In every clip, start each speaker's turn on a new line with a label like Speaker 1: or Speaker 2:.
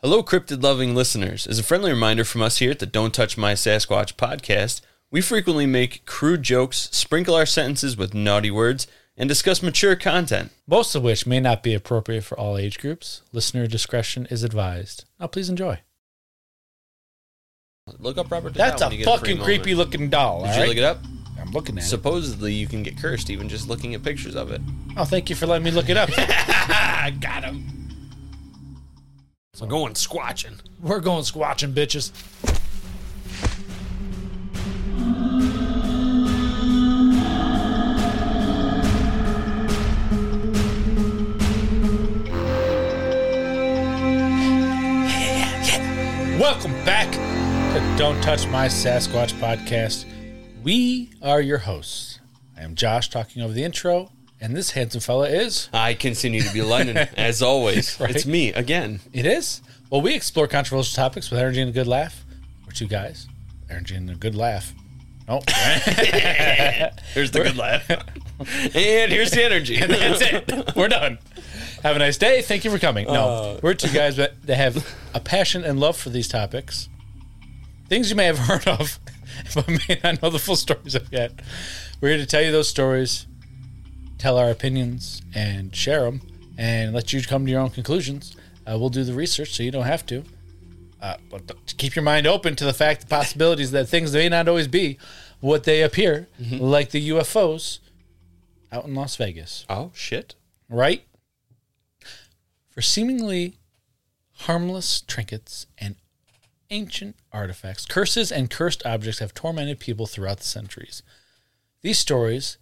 Speaker 1: Hello, cryptid loving listeners. As a friendly reminder from us here at the Don't Touch My Sasquatch podcast, we frequently make crude jokes, sprinkle our sentences with naughty words, and discuss mature content.
Speaker 2: most of which may not be appropriate for all age groups. Listener discretion is advised. Now, please enjoy.
Speaker 1: Look up Robert.
Speaker 2: That's
Speaker 1: Dow when
Speaker 2: a
Speaker 1: you get
Speaker 2: fucking
Speaker 1: free
Speaker 2: creepy
Speaker 1: moment.
Speaker 2: looking doll.
Speaker 1: Did
Speaker 2: all
Speaker 1: you
Speaker 2: right?
Speaker 1: look it up?
Speaker 2: I'm looking at it.
Speaker 1: Supposedly, you can get cursed even just looking at pictures of it.
Speaker 2: Oh, thank you for letting me look it up.
Speaker 1: Got him. So going squatching.
Speaker 2: We're going squatching, bitches. Welcome back to Don't Touch My Sasquatch podcast. We are your hosts. I am Josh talking over the intro, and this handsome fella is.
Speaker 1: I continue to be Lennon, as always.
Speaker 2: Right.
Speaker 1: It's me again.
Speaker 2: It is. Well, we explore controversial topics with energy and a good laugh. We're two guys, energy and a good laugh. Oh,
Speaker 1: Here's the good laugh. and here's the energy.
Speaker 2: that's it. We're done. Have a nice day. Thank you for coming. No, we're two guys that that have a passion and love for these topics. Things you may have heard of, but may not know the full stories of yet. We're here to tell you those stories, tell our opinions, and share them, and let you come to your own conclusions. Uh, we'll do the research so you don't have to. Uh, but th- keep your mind open to the fact, the possibilities that things may not always be what they appear, like the UFOs out in Las Vegas
Speaker 1: Oh, shit.
Speaker 2: right? For seemingly harmless trinkets and ancient artifacts, curses and cursed objects have tormented people throughout the centuries. These stories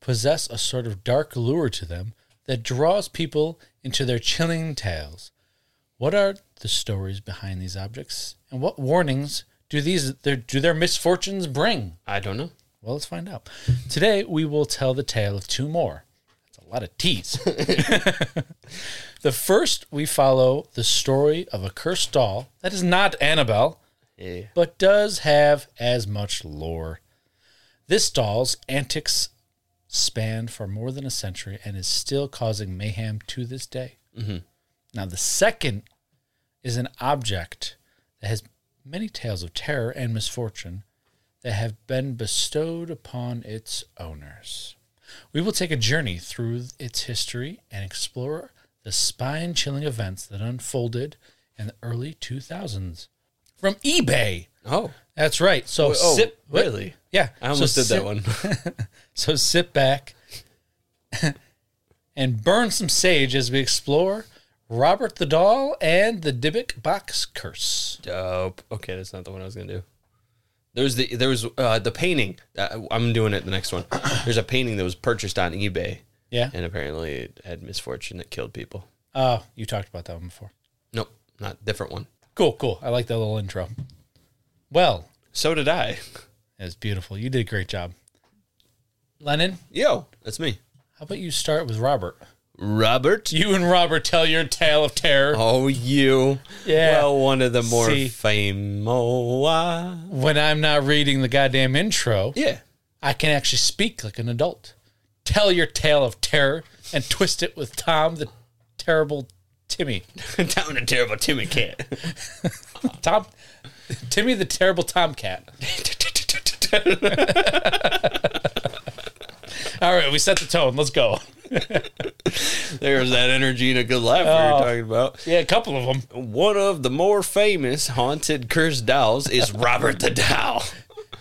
Speaker 2: possess a sort of dark lure to them that draws people into their chilling tales. What are the stories behind these objects, and what warnings do these their, do their misfortunes bring?
Speaker 1: I don't know.
Speaker 2: Well, let's find out. Today, we will tell the tale of two more. That's a lot of T's. the first, we follow the story of a cursed doll that is not Annabelle,
Speaker 1: Yeah.
Speaker 2: but does have as much lore. This doll's antics spanned for more than a century and is still causing mayhem to this day. Now, the second is an object that has many tales of terror and misfortune that have been bestowed upon its owners. We will take a journey through its history and explore the spine chilling events that unfolded in the early 2000s from eBay.
Speaker 1: Oh.
Speaker 2: That's right. So
Speaker 1: oh,
Speaker 2: sit, what?
Speaker 1: really?
Speaker 2: Yeah,
Speaker 1: I almost
Speaker 2: so
Speaker 1: did
Speaker 2: sit-
Speaker 1: that one.
Speaker 2: So sit back and burn some sage as we explore Robert the Doll and the Dybbuk Box Curse.
Speaker 1: Dope. Okay, that's not the one I was gonna do. There's the there was uh, the painting. Uh, I'm doing it the next one. There's a painting that was purchased on eBay,
Speaker 2: Yeah.
Speaker 1: and apparently it had misfortune that killed people.
Speaker 2: Uh, you talked about that one before.
Speaker 1: Nope, not different one.
Speaker 2: Cool, cool. I like that little intro. Well,
Speaker 1: So did I.
Speaker 2: that's beautiful. You did a great job. Lennon,
Speaker 1: Yo, that's me,
Speaker 2: how about you start with Robert?
Speaker 1: Robert.
Speaker 2: You and Robert tell your tale of terror.
Speaker 1: Oh, you.
Speaker 2: Yeah.
Speaker 1: Well, one of the more
Speaker 2: See.
Speaker 1: famous.
Speaker 2: When I'm not reading the goddamn intro,
Speaker 1: Yeah.
Speaker 2: I can actually speak like an adult. Tell your tale of terror and twist it with Tom the terrible Timmy.
Speaker 1: Down a terrible Timmy cat.
Speaker 2: Tom Timmy the terrible Tomcat. All right, we set the tone. Let's go.
Speaker 1: There's that energy and a good laugh we were talking about.
Speaker 2: Yeah, a couple of them.
Speaker 1: One of the more famous haunted cursed dolls is Robert the Doll.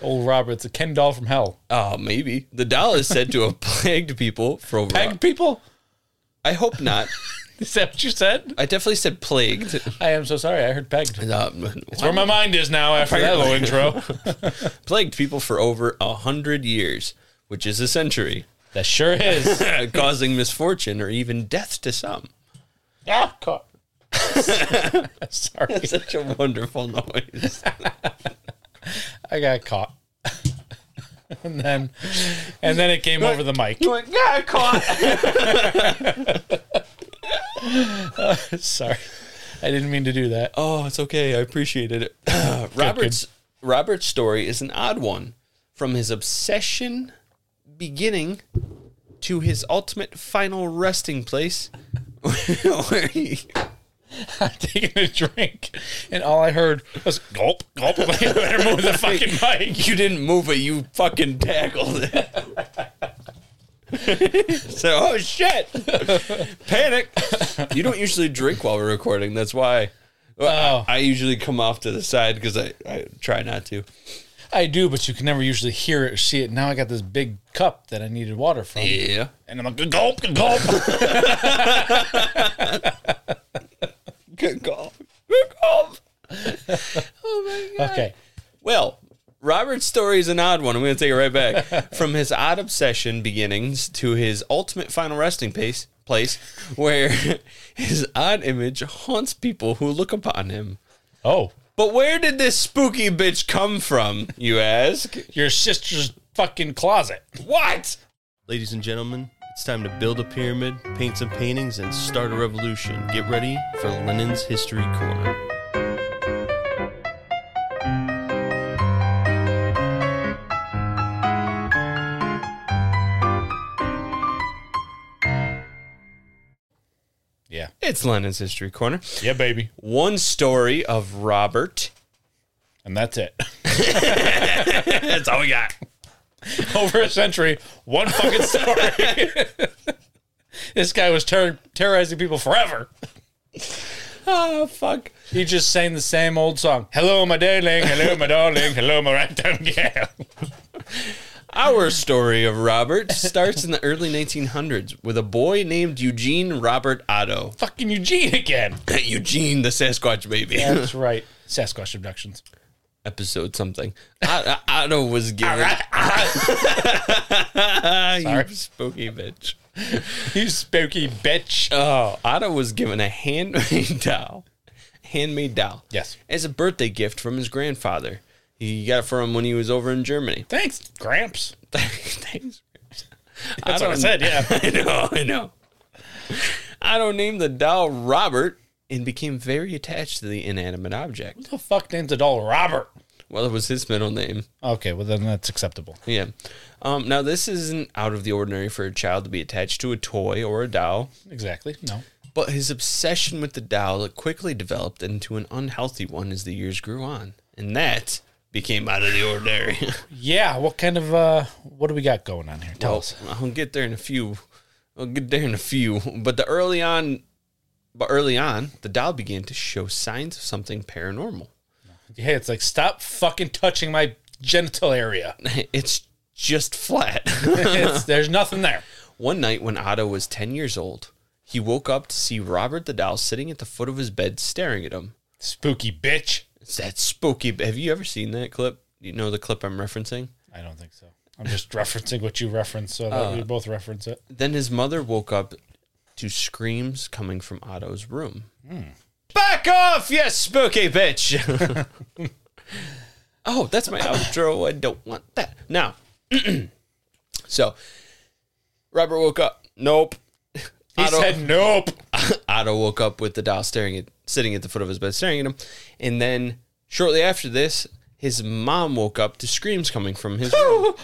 Speaker 2: Old Robert's a Ken doll from hell.
Speaker 1: Oh, maybe. The doll is said to have plagued people for over.
Speaker 2: Peg people?
Speaker 1: I hope not.
Speaker 2: Is that what you said?
Speaker 1: I definitely said plagued.
Speaker 2: I am so sorry. I heard pegged.
Speaker 1: Um,
Speaker 2: Where my mind is now after that little intro.
Speaker 1: plagued people for over a hundred years, which is a century,
Speaker 2: that sure is.
Speaker 1: causing misfortune or even death to some.
Speaker 2: ah, caught. sorry.
Speaker 1: Such a wonderful noise.
Speaker 2: I got caught. and then and then it came over the mic.
Speaker 1: went, yeah, caught.
Speaker 2: Sorry. I didn't mean to do that.
Speaker 1: Oh, it's okay. I appreciated it. Robert's Robert's story is an odd one, from his obsession beginning to his ultimate final resting place, where he
Speaker 2: I'm taking a drink, and all I heard was gulp, gulp. Like, I better move the fucking mic.
Speaker 1: You didn't move it. You fucking tackled it. so, oh shit! Panic. You don't usually drink while we're recording. That's why. Well, I, I usually come off to the side because I, I try not to.
Speaker 2: I do, but you can never usually hear it or see it. Now I got this big cup that I needed water from,
Speaker 1: Yeah.
Speaker 2: and I'm like gulp, gulp.
Speaker 1: Good call. Good call.
Speaker 2: okay,
Speaker 1: Well, Robert's story is an odd one. I'm going to take it right back. From his odd obsession beginnings to his ultimate final resting place, place where his odd image haunts people who look upon him.
Speaker 2: oh,
Speaker 1: But where did this spooky bitch come from, you ask?
Speaker 2: your sister's fucking closet.
Speaker 1: What?
Speaker 3: Ladies and gentlemen, it's time to build a pyramid, paint some paintings, and start a revolution. Get ready for Lenin's History Corner.
Speaker 2: Yeah,
Speaker 1: It's London's History Corner.
Speaker 2: yeah, baby,
Speaker 1: One story of Robert.
Speaker 2: and that's it.
Speaker 1: That's all we got.
Speaker 2: Over a century, one fucking story. this guy was terror terrorizing people forever.
Speaker 1: Oh, fuck.
Speaker 2: He just sang the same old song. Hello, my darling. Hello, my darling. Hello, my nightingale.
Speaker 1: Our story of Robert starts in the early 1900s with a boy named Eugene Robert Otto.
Speaker 2: Fucking Eugene again.
Speaker 1: Eugene the Sasquatch baby.
Speaker 2: That's right. Sasquatch abductions.
Speaker 1: Episode something. O- O- Otto was given. you spooky bitch.
Speaker 2: You spooky bitch.
Speaker 1: Oh, Otto was given a handmade doll. Handmade doll.
Speaker 2: Yes.
Speaker 1: As a birthday gift from his grandfather. He got it for him when he was over in Germany.
Speaker 2: Thanks, Gramps.
Speaker 1: Thanks.
Speaker 2: That's what I said. Yeah.
Speaker 1: I know, I know. Otto named the doll Robert and became very attached to the inanimate object.
Speaker 2: Who the fuck names a doll Robert?
Speaker 1: Well, it was his middle name.
Speaker 2: Okay, well then that's acceptable.
Speaker 1: Yeah. Um, now, this isn't out of the ordinary for a child to be attached to a toy or a doll,
Speaker 2: Exactly. No.
Speaker 1: but his obsession with the doll quickly developed into an unhealthy one as the years grew on. And that became out of the ordinary.
Speaker 2: Yeah. What kind of uh? What do we got going on here? Tell
Speaker 1: Well,
Speaker 2: us.
Speaker 1: Oh, I'll get there in a few. I'll get there in a few. But the early on, but early on, the doll began to show signs of something paranormal.
Speaker 2: Yeah, it's like stop fucking touching my genital area.
Speaker 1: It's just flat.
Speaker 2: It's, there's nothing there.
Speaker 1: One night when Otto was 10 years old, he woke up to see Robert the doll sitting at the foot of his bed staring at him.
Speaker 2: Spooky bitch.
Speaker 1: It's that spooky. Have you ever seen that clip? You know the clip I'm referencing?
Speaker 2: I don't think so. I'm just referencing what you referenced, so that we both reference it.
Speaker 1: Then his mother woke up to screams coming from Otto's room. Back off, you spooky bitch! oh, that's my outro. I don't want that. Now, so Robert woke up. Nope.
Speaker 2: He said nope.
Speaker 1: Otto woke up with the doll staring at sitting at the foot of his bed staring at him. And then shortly after this, his mom woke up to screams coming from his room.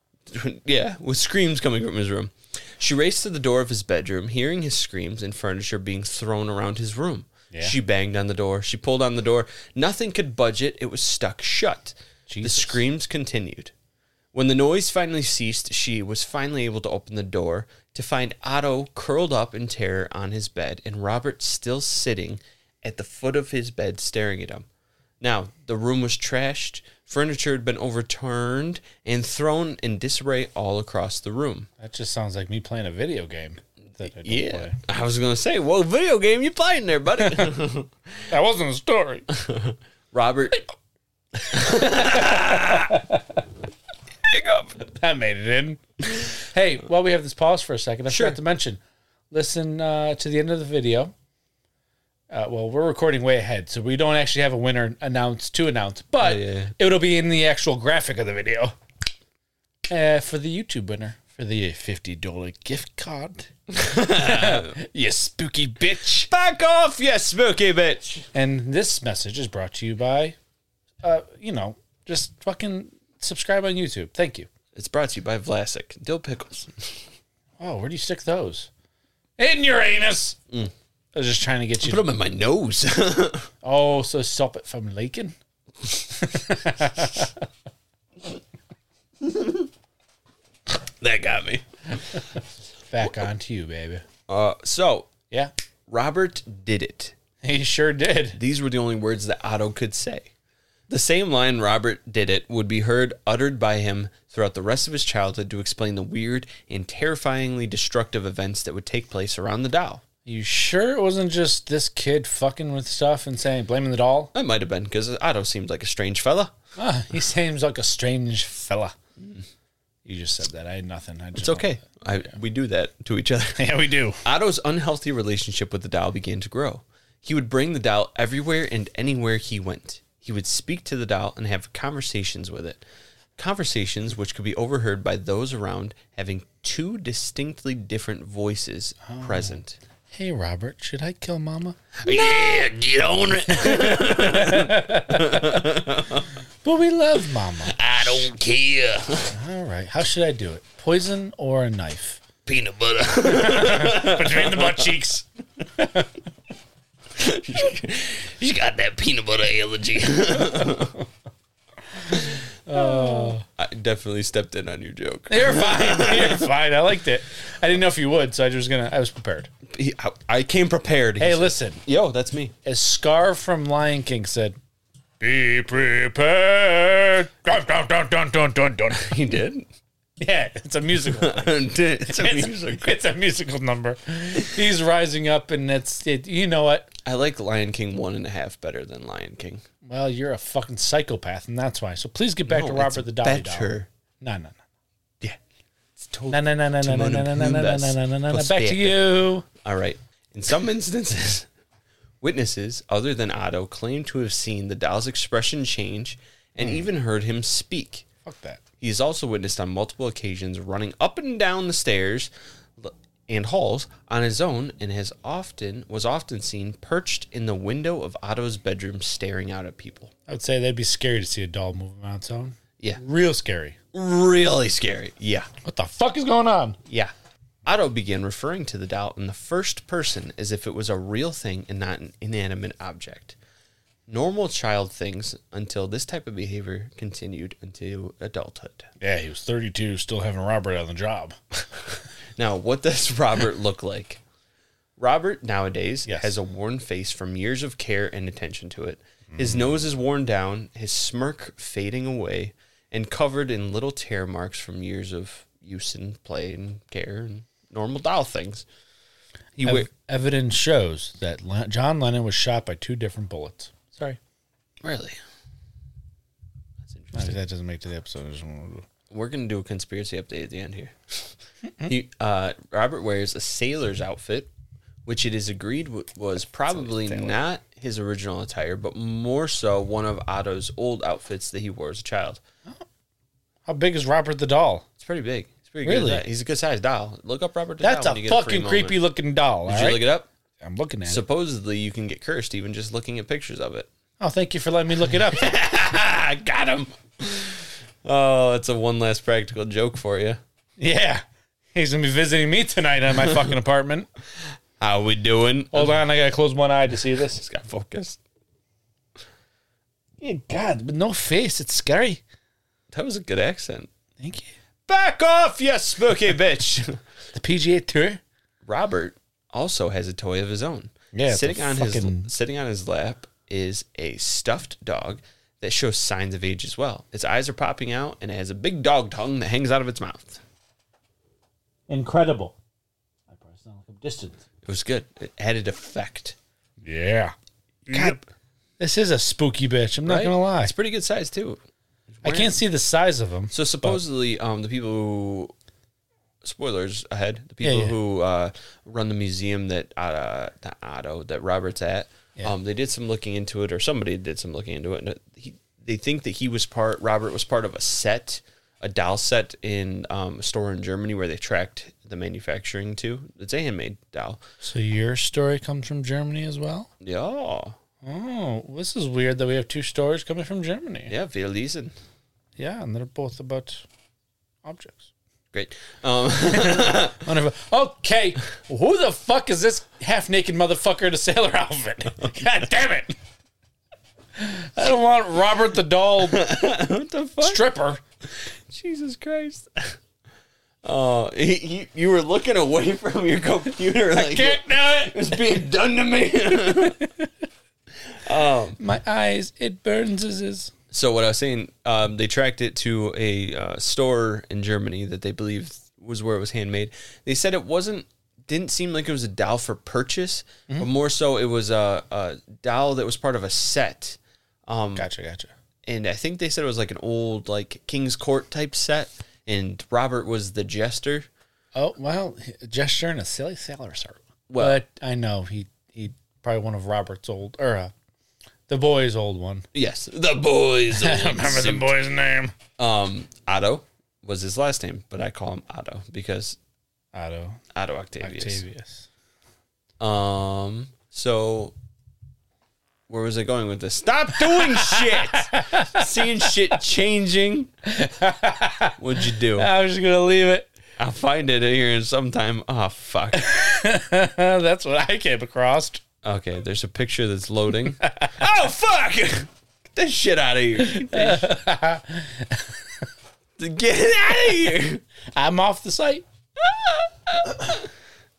Speaker 1: yeah, with screams coming from his room. She raced to the door of his bedroom, hearing his screams and furniture being thrown around his room.
Speaker 2: Yeah.
Speaker 1: She banged on the door. She pulled on the door. Nothing could budge it. It was stuck shut.
Speaker 2: Jesus.
Speaker 1: The screams continued. When the noise finally ceased, she was finally able to open the door to find Otto curled up in terror on his bed and Robert still sitting at the foot of his bed staring at him. Now, the room was trashed, furniture had been overturned, and thrown in disarray all across the room.
Speaker 2: That just sounds like me playing a video game. That I don't
Speaker 1: Yeah.
Speaker 2: Play.
Speaker 1: I was going to say, what video game you playing there, buddy?
Speaker 2: That wasn't a story.
Speaker 1: Robert
Speaker 2: that made it in. Hey, while we have this pause for a second, I
Speaker 1: Sure.
Speaker 2: forgot to mention. Listen uh, to the end of the video. Uh, well, we're recording way ahead, so we don't actually have a winner announced to announce, but
Speaker 1: Yeah.
Speaker 2: it'll be in the actual graphic of the video uh, for the YouTube winner for the fifty dollar gift card. you spooky bitch!
Speaker 1: Back off, you spooky bitch!
Speaker 2: And this message is brought to you by, uh, you know, just fucking subscribe on YouTube. Thank you.
Speaker 1: It's brought to you by Vlasic Dill Pickles.
Speaker 2: Oh, where do you stick those? In your anus. I was just trying to get you.
Speaker 1: Put them in my nose.
Speaker 2: oh, so stop it from leaking.
Speaker 1: that got me.
Speaker 2: Back on to you, baby.
Speaker 1: Uh, so
Speaker 2: Yeah,
Speaker 1: Robert did it.
Speaker 2: he sure did.
Speaker 1: These were the only words that Otto could say. The same line Robert did it would be heard uttered by him throughout the rest of his childhood to explain the weird and terrifyingly destructive events that would take place around the doll.
Speaker 2: You sure it wasn't just this kid fucking with stuff and saying blaming the doll?
Speaker 1: That might have been because Otto seemed like a strange fella.
Speaker 2: Ah, he seems like a strange fella. You just said that. I had nothing. I just
Speaker 1: It's okay. I, we do that to each other.
Speaker 2: Yeah, we do.
Speaker 1: Otto's unhealthy relationship with the doll began to grow. He would bring the doll everywhere and anywhere he went. He would speak to the doll and have conversations with it. Conversations which could be overheard by those around having two distinctly different voices present.
Speaker 2: Hey, Robert, should I kill Mama?
Speaker 1: Yeah, get on it.
Speaker 2: But we love Mama.
Speaker 1: I don't care.
Speaker 2: All right. How should I do it? Poison or a knife?
Speaker 1: Peanut butter.
Speaker 2: Between the butt cheeks.
Speaker 1: she got that peanut butter allergy. I definitely stepped in on your joke.
Speaker 2: You're fine. You're fine. I liked it. I didn't know if you would, so I was gonna. I was prepared.
Speaker 1: He- I, I came prepared. He
Speaker 2: Hey,
Speaker 1: said,
Speaker 2: listen.
Speaker 1: Yo, that's me.
Speaker 2: As Scar from Lion King said, "Be prepared." Dun, dun, dun, dun, dun, dun, dun.
Speaker 1: He did.
Speaker 2: Yeah, it's a musical.
Speaker 1: it's a music.
Speaker 2: It's, it's a musical number. He's rising up, and it's it, you know what?
Speaker 1: I like Lion King one and a half better than Lion King.
Speaker 2: Well, you're a fucking psychopath, and that's why. So please get back
Speaker 1: No,
Speaker 2: to
Speaker 1: it's
Speaker 2: Robert the Dolly Doll.
Speaker 1: better.
Speaker 2: No, no, no.
Speaker 1: Yeah. It's totally.
Speaker 2: No, no, no, no, no, no,
Speaker 1: Timon
Speaker 2: no, no,
Speaker 1: and
Speaker 2: no, no,
Speaker 1: Pumbaa's
Speaker 2: no, no, no, no. Back to
Speaker 1: perspective.
Speaker 2: you.
Speaker 1: All right. In some instances, witnesses other than Otto claim to have seen the doll's expression change and even heard him speak.
Speaker 2: Fuck that.
Speaker 1: He is also witnessed on multiple occasions running up and down the stairs l- and halls on his own and has often was often seen perched in the window of Otto's bedroom staring out at people.
Speaker 2: I would say that'd be scary to see a doll moving on its own.
Speaker 1: Yeah.
Speaker 2: Real scary.
Speaker 1: Really scary. Yeah.
Speaker 2: What the fuck is going on?
Speaker 1: Yeah. Otto began referring to the doll in the first person as if it was a real thing and not an inanimate object. Normal child things until this type of behavior continued into adulthood.
Speaker 2: Yeah, he was 32, still having Robert on the job.
Speaker 1: Now, what does Robert look like? Robert nowadays
Speaker 2: Yes.
Speaker 1: has a worn face from years of care and attention to it. His nose is worn down, his smirk fading away, and covered in little tear marks from years of use and play and care and normal doll things. He wear-
Speaker 2: Ev- evidence shows that Le- John Lennon was shot by two different bullets. Sorry.
Speaker 1: Really? That's interesting.
Speaker 2: Uh, That doesn't make it to the episode. I just wanted to-
Speaker 1: We're gonna do a conspiracy update at the end here. he, uh, Robert wears a sailor's outfit, which it is agreed w- was probably not his original attire, but more so one of Otto's old outfits that he wore as a child.
Speaker 2: How big is Robert the doll?
Speaker 1: It's pretty big. It's pretty good. at
Speaker 2: Really?
Speaker 1: that. He's a good sized doll. Look up Robert. the
Speaker 2: That's
Speaker 1: Doll
Speaker 2: a
Speaker 1: when you get free
Speaker 2: fucking
Speaker 1: moment.
Speaker 2: creepy looking doll.
Speaker 1: Did
Speaker 2: all
Speaker 1: you
Speaker 2: right?
Speaker 1: look it up?
Speaker 2: I'm looking at it.
Speaker 1: Supposedly, you can get cursed even just looking at pictures of it.
Speaker 2: Oh, thank you for letting me look it up.
Speaker 1: I got him. Oh, that's a one last practical joke for you.
Speaker 2: yeah. He's going to be visiting me tonight at my fucking apartment.
Speaker 1: How we doing?
Speaker 2: Hold on, I got to close one eye to see this.
Speaker 1: got focused.
Speaker 2: Yeah, God, but no face. It's scary.
Speaker 1: That was a good accent.
Speaker 2: Thank you.
Speaker 1: Back off, you spooky bitch.
Speaker 2: The PGA Tour?
Speaker 1: Robert also has a toy of his own.
Speaker 2: Yeah, it's a
Speaker 1: sitting on
Speaker 2: fucking-
Speaker 1: his sitting on his lap is a stuffed dog that shows signs of age as well. Its eyes are popping out, and it has a big dog tongue that hangs out of its mouth.
Speaker 2: Incredible. I probably sound like I'm distant.
Speaker 1: It was good. It added effect.
Speaker 2: Yeah. God, this is a spooky bitch. I'm not
Speaker 1: right?
Speaker 2: going to lie.
Speaker 1: it's pretty good size too.
Speaker 2: I can't see the size of them.
Speaker 1: So supposedly, um, the people who spoilers ahead, the people
Speaker 2: Yeah, yeah.
Speaker 1: who uh, run the museum that uh, that Otto that Robert's at, um, they did some looking into it, or somebody did some looking into it, and it- he, they think that he was part. Robert was part of a set, a doll set in um, a store in Germany where they tracked the manufacturing to. It's a handmade doll.
Speaker 2: So your story comes from Germany as well?
Speaker 1: Yeah,
Speaker 2: Oh, this is weird that we have two stories coming from Germany.
Speaker 1: yeah, wir lesen.
Speaker 2: Yeah, and they're both about objects.
Speaker 1: Great. Um,
Speaker 2: One of- Okay, who the fuck is this half naked motherfucker in a sailor outfit? God damn it! I don't want Robert the doll
Speaker 1: what the fuck?
Speaker 2: stripper.
Speaker 1: Jesus Christ. Oh, he, you, you were looking away from your computer like
Speaker 2: Can't do it.
Speaker 1: it's being done to me.
Speaker 2: My eyes, it burns. Is is
Speaker 1: so what I was saying, um, they tracked it to a uh, store in Germany that they believed was where it was handmade. They said it wasn't, didn't seem like it was a doll for purchase, but more so it was a, a doll that was part of a set. Um,
Speaker 2: gotcha, gotcha.
Speaker 1: and I think they said it was like an old like King's Court type set, and Robert was the jester.
Speaker 2: Oh well, gesture and a silly sailor shirt.
Speaker 1: Well-
Speaker 2: but I know he he probably one of Robert's old or uh, the boy's old one.
Speaker 1: Yes, the boys.
Speaker 2: I don't remember the boy's name.
Speaker 1: um, Otto was his last name, but I call him Otto because
Speaker 2: Otto
Speaker 1: Otto Octavius.
Speaker 2: Octavius.
Speaker 1: Um, so where was I going with this? Stop doing shit. Seeing shit changing. What'd you do?
Speaker 2: I was just gonna leave it.
Speaker 1: I'll find it here in sometime. Oh fuck.
Speaker 2: Uh, That's what I came across.
Speaker 1: Okay, there's a picture that's loading. oh fuck! Get this shit out of here. Get it out of here.
Speaker 2: I'm off the site.
Speaker 1: Well,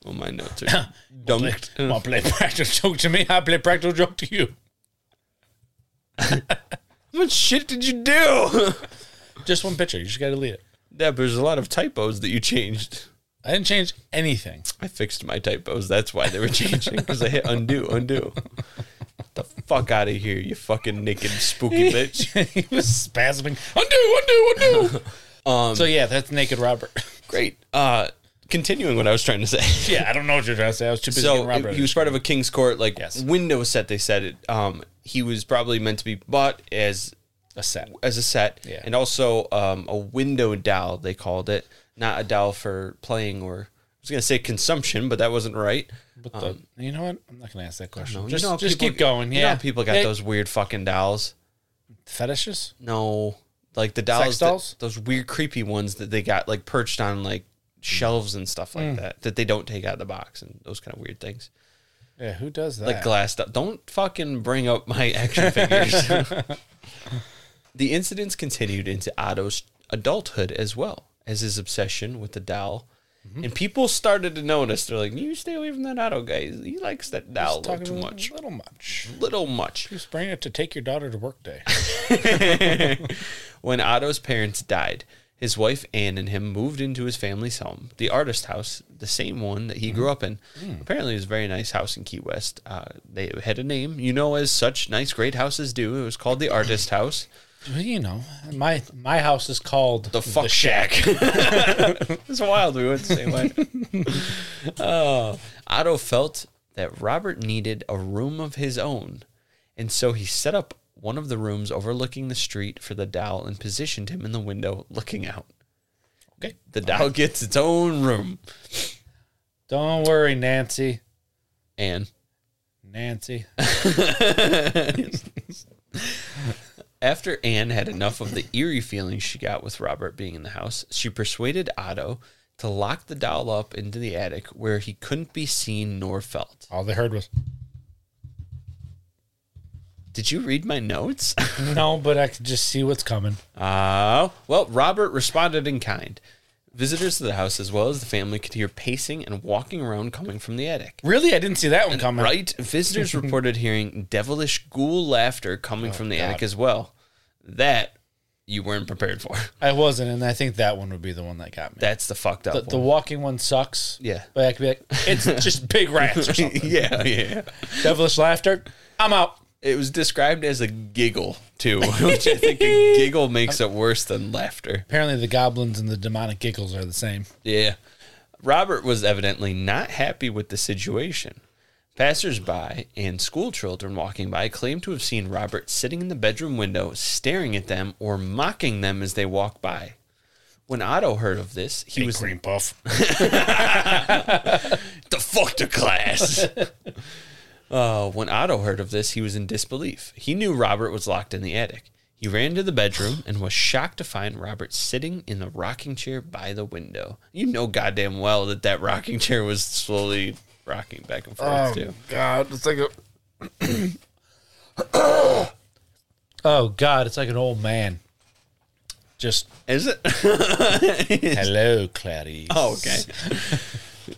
Speaker 1: Oh, my notes are dumped.
Speaker 2: Come on, play practical joke to me. I play practical joke to you.
Speaker 1: What shit did you do?
Speaker 2: Just one picture. You just gotta delete it.
Speaker 1: Deb, there's a lot of typos that you changed.
Speaker 2: I didn't change anything.
Speaker 1: I fixed my typos. That's why they were changing because I hit undo, undo. Get the fuck out of here, you fucking naked spooky bitch.
Speaker 2: he was spasming. Undo, undo, undo. so yeah, that's naked Robert.
Speaker 1: Great. Uh, continuing what I was trying to say.
Speaker 2: yeah, I don't know what you're trying to say. I was too busy.
Speaker 1: so
Speaker 2: getting Robert.
Speaker 1: it- he was part of a king's court like
Speaker 2: Yes.
Speaker 1: window set they said it um he was probably meant to be bought as
Speaker 2: a set.
Speaker 1: as a set
Speaker 2: Yeah.
Speaker 1: and also um a window dowel they called it not a dowel for playing or I was gonna say consumption but that wasn't right
Speaker 2: But the, you know what? I'm not gonna ask that question.
Speaker 1: Um, No, you
Speaker 2: just
Speaker 1: know
Speaker 2: just
Speaker 1: people-
Speaker 2: keep going.
Speaker 1: you
Speaker 2: Yeah,
Speaker 1: know people got
Speaker 2: Yeah.
Speaker 1: those weird fucking dowels
Speaker 2: fetishes.
Speaker 1: no like the dowels
Speaker 2: Sex
Speaker 1: that-
Speaker 2: dolls?
Speaker 1: those weird creepy ones that they got like perched on like shelves and stuff
Speaker 2: Mm.
Speaker 1: like that that they don't take out of the box and those kind of weird things
Speaker 2: Yeah, who does that?
Speaker 1: like glass stuff. Don't fucking bring up my action figures. the incidents continued into Otto's adulthood as well as his obsession with the doll.
Speaker 2: Mm-hmm.
Speaker 1: And people started to notice. They're like, "You stay away from that Otto guy. He likes that doll a little
Speaker 2: Talking
Speaker 1: too
Speaker 2: a
Speaker 1: much,
Speaker 2: Little much.
Speaker 1: little much."
Speaker 2: Just bring it to take your daughter to work day.
Speaker 1: When Otto's parents died, his wife Anne and him moved into his family's home, the artist house, the same one that he grew up in. Apparently, it was a very nice house in Key West. Uh, they had a name, you know, as such nice, great houses do. It was called the artist house.
Speaker 2: Well, you know, my my house is called
Speaker 1: The fuck shack. it's wild. We went the same way. oh. Otto felt that Robert needed a room of his own, and so he set up one of the rooms overlooking the street for the doll and positioned him in the window looking out.
Speaker 2: Okay.
Speaker 1: The doll gets its own room.
Speaker 2: Don't worry, Nancy.
Speaker 1: And
Speaker 2: Nancy.
Speaker 1: after Anne had enough of the eerie feelings she got with Robert being in the house, she persuaded Otto to lock the doll up into the attic where he couldn't be seen nor felt.
Speaker 2: All they heard was
Speaker 1: Did you read my notes?
Speaker 2: no, but I could just see what's coming.
Speaker 1: Uh, well, Robert responded in kind. Visitors to the house, as well as the family, could hear pacing and walking around coming from the attic.
Speaker 2: Really, I didn't see that one coming.
Speaker 1: Right? Visitors reported hearing devilish ghoul laughter coming from the attic as well. That you weren't prepared for.
Speaker 2: I wasn't, and I think that one would be the one that got me.
Speaker 1: That's the fucked up
Speaker 2: The, the
Speaker 1: one.
Speaker 2: walking one sucks.
Speaker 1: Yeah.
Speaker 2: but I could be like, it's just big rats or something.
Speaker 1: yeah, yeah.
Speaker 2: Devilish laughter. I'm out.
Speaker 1: It was described as a giggle too, which I think a giggle makes it worse than laughter.
Speaker 2: Apparently, the goblins and the demonic giggles are the same.
Speaker 1: Yeah. Robert was evidently not happy with the situation. Passersby and school children walking by claimed to have seen Robert sitting in the bedroom window, staring at them or mocking them as they walked by. When Otto heard of this, he was
Speaker 2: green puff.
Speaker 1: the fuck to class. uh, when Otto heard of this, he was in disbelief. He knew Robert was locked in the attic. He ran to the bedroom and was shocked to find Robert sitting in the rocking chair by the window. You know goddamn well that that rocking chair was slowly rocking back and forth
Speaker 2: Um,
Speaker 1: too.
Speaker 2: God, it's like a. oh God, it's like an old man. Just
Speaker 1: Is it?
Speaker 2: hello, Clarice.
Speaker 1: oh, okay.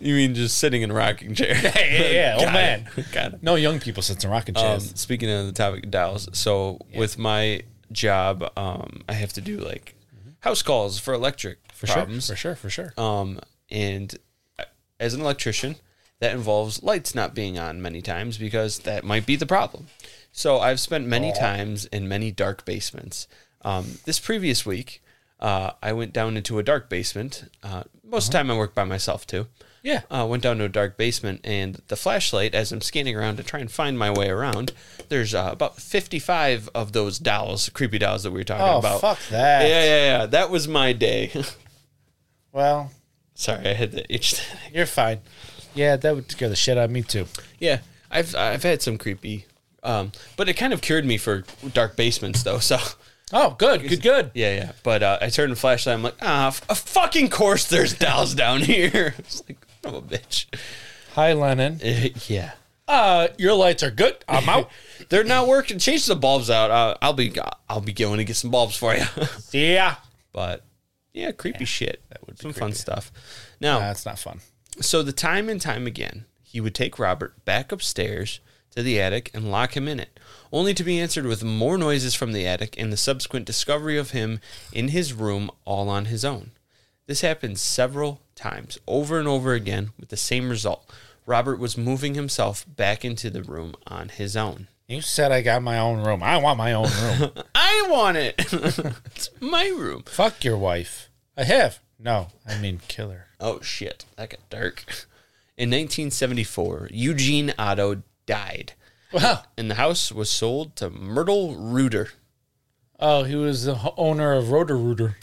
Speaker 1: you mean just sitting in a rocking chair?
Speaker 2: yeah, yeah, old
Speaker 1: Got
Speaker 2: man.
Speaker 1: it. Got it.
Speaker 2: No young people sits in rocking
Speaker 1: Um,
Speaker 2: chairs.
Speaker 1: speaking of the topic of dials, so with my job, um, I have to do like house calls for electric
Speaker 2: for
Speaker 1: problems.
Speaker 2: sure, for sure, for sure.
Speaker 1: Um, and as an electrician, that involves lights not being on many times because that might be the problem. So I've spent many times in many dark basements. Um, this previous week, uh, I went down into a dark basement. Uh, most of the time, I work by myself too.
Speaker 2: Uh-huh. Yeah.
Speaker 1: Uh, went down to a dark basement, and the flashlight, as I'm scanning around to try and find my way around, there's uh, about 55 of those dolls, creepy dolls that we were talking
Speaker 2: Oh
Speaker 1: about.
Speaker 2: fuck that.
Speaker 1: Yeah, yeah, yeah. That was my day.
Speaker 2: Well,
Speaker 1: Sorry, I had the itch.
Speaker 2: you're fine. Yeah, that would scare the shit out of me too.
Speaker 1: yeah, I've I've had some creepy, um, but it kind of cured me for dark basements though. So
Speaker 2: Oh, good, good, good.
Speaker 1: yeah, yeah. But uh, I turned the flashlight. I'm like, ah, f- a fucking course. There's dolls down here. It's like, son of a bitch.
Speaker 2: Hi, Lennon.
Speaker 1: yeah,
Speaker 2: Uh, your lights are good. I'm out.
Speaker 1: they're not working. Change the bulbs out. Uh, I'll be I'll be going to get some bulbs for you.
Speaker 2: yeah.
Speaker 1: but yeah, creepy shit. That would be some fun
Speaker 2: creepy.
Speaker 1: stuff. Now
Speaker 2: That's not fun.
Speaker 1: So the time and time again, he would take Robert back upstairs to the attic and lock him in it, only to be answered with more noises from the attic and the subsequent discovery of him in his room all on his own. This happened several times, over and over again, with the same result. Robert was moving himself back into the room on his own.
Speaker 2: You said I got my own room. I want my own room.
Speaker 1: I want it. it's my room.
Speaker 2: Fuck your wife. I have. No, I mean kill her.
Speaker 1: Oh shit, that got dark. In 1974, Eugene Otto died.
Speaker 2: Wow.
Speaker 1: and the house was sold to Myrtle Rooter.
Speaker 2: Oh, he was the h- owner of Rotor Rooter.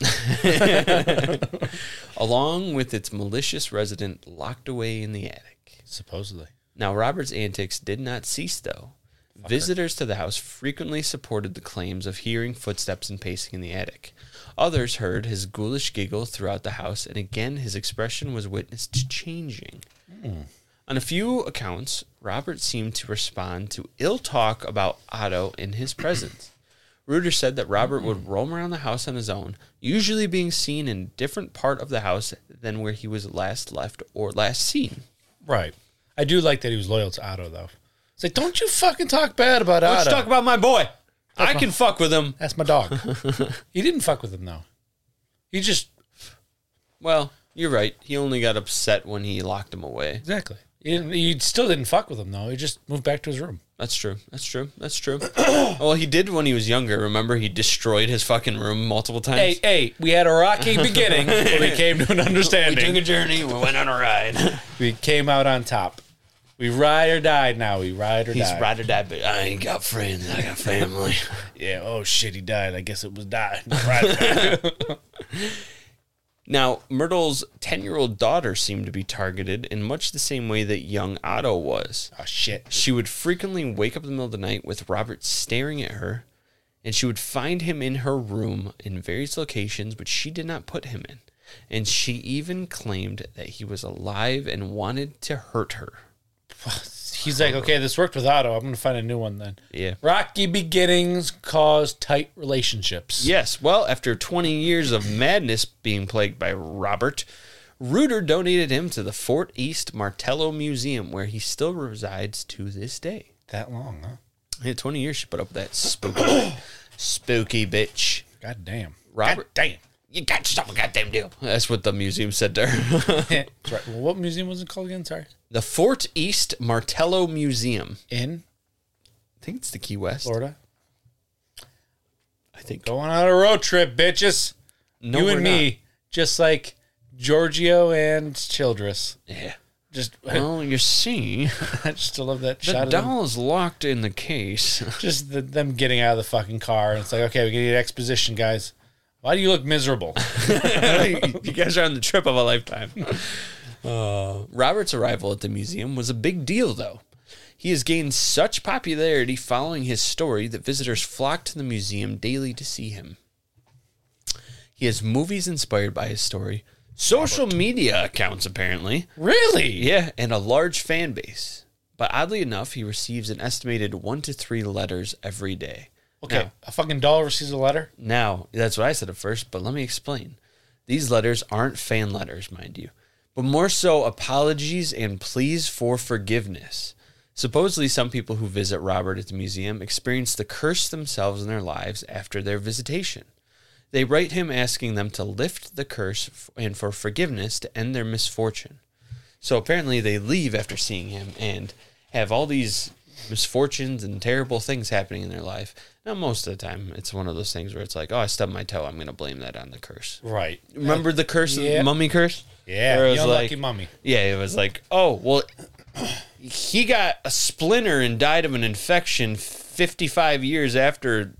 Speaker 1: along with its malicious resident locked away in the attic.
Speaker 2: Supposedly.
Speaker 1: Now, Robert's antics did not cease, though. Visitors to the house frequently supported the claims of hearing footsteps and pacing in the attic. Others heard his ghoulish giggle throughout the house, and again his expression was witnessed to changing. On a few accounts, Robert seemed to respond to ill talk about Otto in his presence. Reuter said that Robert would roam around the house on his own, usually being seen in a different part of the house than where he was last left or last seen.
Speaker 2: Right. I do like that he was loyal to Otto though. It's like, don't you fucking talk bad about Otto.
Speaker 1: Let's talk about my boy. I can fuck with him.
Speaker 2: That's my dog. he didn't fuck with him though. He just
Speaker 1: Well, you're right. He only got upset when he locked him away.
Speaker 2: exactly. He, didn't, he still didn't fuck with him though. He just moved back to his room.
Speaker 1: That's true. That's true. That's true. well, he did when he was younger. Remember, he destroyed his fucking room multiple times.
Speaker 2: Hey, hey, we had a rocky beginning, but we came to an
Speaker 1: we
Speaker 2: understanding.
Speaker 1: took
Speaker 2: We,
Speaker 1: a journey. We went on a ride.
Speaker 2: came out on top. We ride or die now. We ride or
Speaker 1: He's
Speaker 2: die.
Speaker 1: ride or die, but I ain't got friends. I got family.
Speaker 2: Yeah. Oh shit, he died. I guess it was die. Ride or die.
Speaker 1: Now, Myrtle's 10 year old daughter seemed to be targeted in much the same way that young Otto was.
Speaker 2: oh shit.
Speaker 1: She would frequently wake up in the middle of the night with Robert staring at her, and she would find him in her room in various locations, but she did not put him in. And she even claimed that he was alive and wanted to hurt her.
Speaker 2: He's like, okay, this worked with Otto. I'm gonna find a new one then.
Speaker 1: Yeah.
Speaker 2: Rocky beginnings cause tight relationships.
Speaker 1: Yes, well, after 20 years of madness being plagued by Robert, Reuter donated him to the Fort East Martello Museum, where he still resides to this day.
Speaker 2: That long, huh?
Speaker 1: Yeah, 20 years she put up with that spooky, spooky bitch.
Speaker 2: God damn.
Speaker 1: Robert,
Speaker 2: God
Speaker 1: you got yourself a goddamn deal. That's what the museum said to her.
Speaker 2: damn. That's right. Well, what museum was it called again? Sorry.
Speaker 1: the Fort East Martello Museum.
Speaker 2: In
Speaker 1: I think it's the Key West.
Speaker 2: Florida.
Speaker 1: I think.
Speaker 2: Going on a road trip, bitches.
Speaker 1: No,
Speaker 2: you
Speaker 1: we're
Speaker 2: and me, just like Giorgio and Childress.
Speaker 1: not. Yeah.
Speaker 2: Just,
Speaker 1: Well, you see,
Speaker 2: I just still love that
Speaker 1: the
Speaker 2: shot. Of them,
Speaker 1: doll is locked in the case.
Speaker 2: just the, them getting out of the fucking car, and it's like, okay, we get exposition, guys. Why do you look miserable?
Speaker 1: you guys are on the trip of a lifetime. Uh, Robert's arrival at the museum was a big deal, though. He has gained such popularity following his story that visitors flock to the museum daily to see him. He has movies inspired by his story, social media accounts, apparently.
Speaker 2: Really?
Speaker 1: Yeah, and a large fan base. But oddly enough, he receives an estimated one to three letters every day.
Speaker 2: Okay.
Speaker 1: Now-
Speaker 2: A fucking doll receives a letter.
Speaker 1: now, that's what I said at first, but let me explain. These letters aren't fan letters, mind you, but more so apologies and pleas for forgiveness. Supposedly, some people who visit Robert at the museum experience the curse themselves in their lives after their visitation. They write him asking them to lift the curse f- and for forgiveness to end their misfortune. So apparently, they leave after seeing him and have all these misfortunes and terrible things happening in their life. Now, most of the time, it's one of those things where it's like, oh, I stubbed my toe. I'm going to blame that on the curse.
Speaker 2: Right.
Speaker 1: Remember the curse,
Speaker 2: Yeah.
Speaker 1: the mummy curse?
Speaker 2: Yeah.
Speaker 1: Where it was
Speaker 2: young
Speaker 1: like-
Speaker 2: lucky mummy.
Speaker 1: Yeah, it was like, oh, well, he got a splinter and died of an infection 55 years after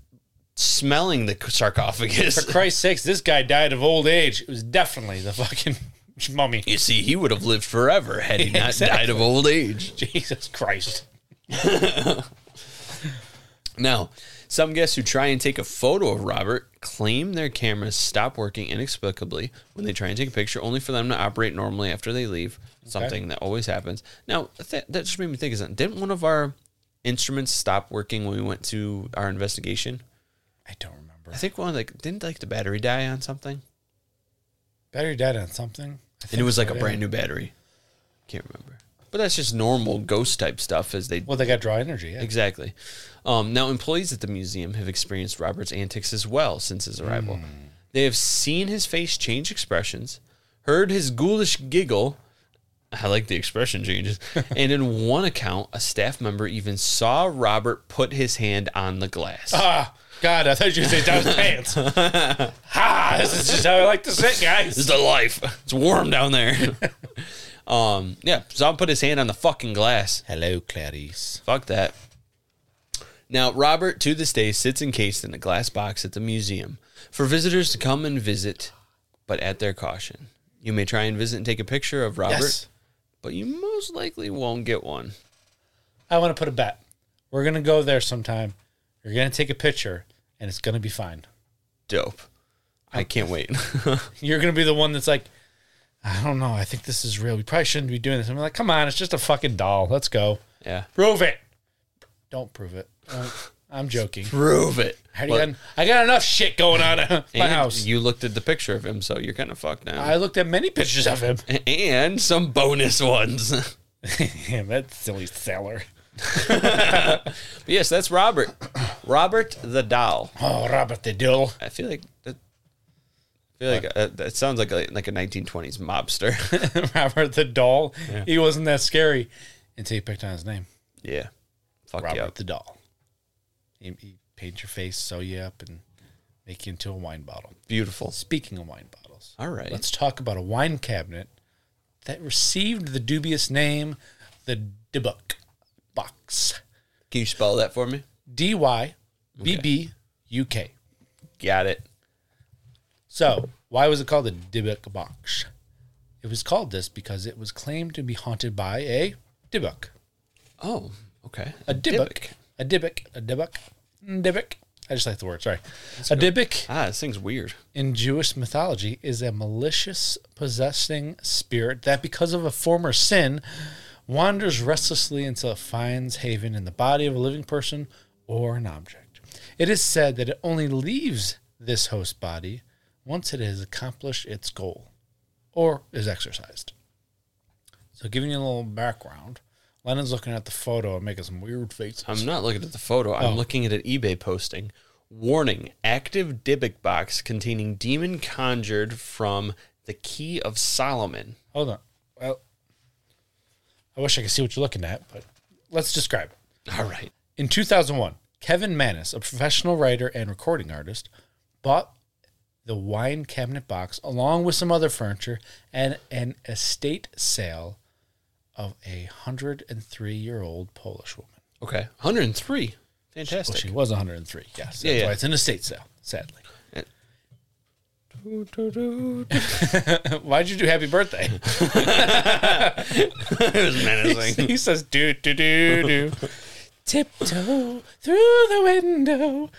Speaker 1: smelling the
Speaker 2: For
Speaker 1: sarcophagus.
Speaker 2: Christ's sakes, this guy died of old age. It was definitely the fucking mummy.
Speaker 1: You see, he would have lived forever had he not died of old age.
Speaker 2: Jesus Christ.
Speaker 1: Now, some guests who try and take a photo of Robert claim their cameras stop working inexplicably when they try and take a picture, only for them to operate normally after they leave. Something that always happens. Now, th- that just made me think of something. Didn't one of our instruments stop working when we went to our investigation?
Speaker 2: I don't remember.
Speaker 1: I think one of the didn't like the battery die on something,
Speaker 2: Battery died on something. I
Speaker 1: and
Speaker 2: think
Speaker 1: it was like
Speaker 2: so,
Speaker 1: a
Speaker 2: yeah.
Speaker 1: brand new battery. Can't remember, but that's just normal ghost type stuff as they
Speaker 2: Well, they got dry energy. Yeah.
Speaker 1: Exactly. Um, now, employees at the museum have experienced Robert's antics as well since his arrival. They have seen his face change expressions, heard his ghoulish giggle. I like the expression changes. and in one account, a staff member even saw Robert put his hand on the glass.
Speaker 2: Ah, God, I thought you said down his pants. ha! This is just how I like to sit, guys.
Speaker 1: This is the life. It's warm down there. um, yeah, someone put his hand on the fucking glass.
Speaker 2: Hello, Clarice.
Speaker 1: Fuck that. Now, Robert, to this day, sits encased in a glass box at the museum for visitors to come and visit, but at their caution. You may try and visit and take a picture of Robert,
Speaker 2: Yes.
Speaker 1: but you most likely won't get one.
Speaker 2: I want to put a bet. We're gonna go there sometime. You're gonna take a picture, and it's gonna be fine.
Speaker 1: Dope. I can't wait.
Speaker 2: You're gonna be the one that's like, I don't know. I think this is real. We probably shouldn't be doing this. I'm like, come on, it's just a fucking doll. Let's go.
Speaker 1: yeah.
Speaker 2: Prove it. Don't prove it. Don't. I'm joking.
Speaker 1: Prove it.
Speaker 2: I, already
Speaker 1: Well,
Speaker 2: got, I got enough shit going on at my
Speaker 1: and
Speaker 2: house.
Speaker 1: You looked at the picture of him, so you're kind of fucked now.
Speaker 2: I looked at many pictures of him.
Speaker 1: and some bonus ones.
Speaker 2: Damn, that silly sailor.
Speaker 1: yes, that's Robert. Robert the doll.
Speaker 2: Oh, Robert the Dill.
Speaker 1: I feel like that. I feel like uh, that sounds like a, like a 1920s mobster.
Speaker 2: Robert the Doll. He wasn't that scary until you picked on his name,
Speaker 1: yeah, fuck
Speaker 2: Robert
Speaker 1: you up.
Speaker 2: the Doll. He, he paints your face, sew you up, and make you into a wine bottle.
Speaker 1: Beautiful.
Speaker 2: Speaking of wine bottles,
Speaker 1: All right.
Speaker 2: let's talk about a wine cabinet that received the dubious name, the Dybbuk box.
Speaker 1: Can you spell that for me?
Speaker 2: D Y B B U K.
Speaker 1: Got it.
Speaker 2: So, why was it called the Dybbuk box? It was called this because it was claimed to be haunted by a Dybbuk.
Speaker 1: Oh, okay.
Speaker 2: A Dybbuk. A Dybbuk. A Dybbuk. Dybbuk. I just like the word. Sorry. a Dybbuk
Speaker 1: Ah, this thing's weird.
Speaker 2: in Jewish mythology is a malicious, possessing spirit that, because of a former sin, wanders restlessly until it finds haven in the body of a living person or an object. It is said that it only leaves this host body once it has accomplished its goal or is exercised. So, giving you a little background, Lennon's looking at the photo and making some weird faces.
Speaker 1: I'm not looking at the photo. I'm looking at an eBay posting. Warning: Active Dybbuk box containing demon conjured from the Key of Solomon.
Speaker 2: Hold on. Well, I wish I could see what you're looking at, but let's describe it.
Speaker 1: All right.
Speaker 2: In 2001, Kevin Manis, a professional writer and recording artist, bought the wine cabinet box along with some other furniture and an estate sale of a 103 year old Polish woman.
Speaker 1: Okay. 103. Fantastic.
Speaker 2: Well, she was 103, yes. That's
Speaker 1: Yeah, yeah.
Speaker 2: why it's an estate sale, sadly.
Speaker 1: Uh,
Speaker 2: Why'd you do happy birthday?
Speaker 1: it was menacing.
Speaker 2: he says, do, do, do, do. Tiptoe through the window.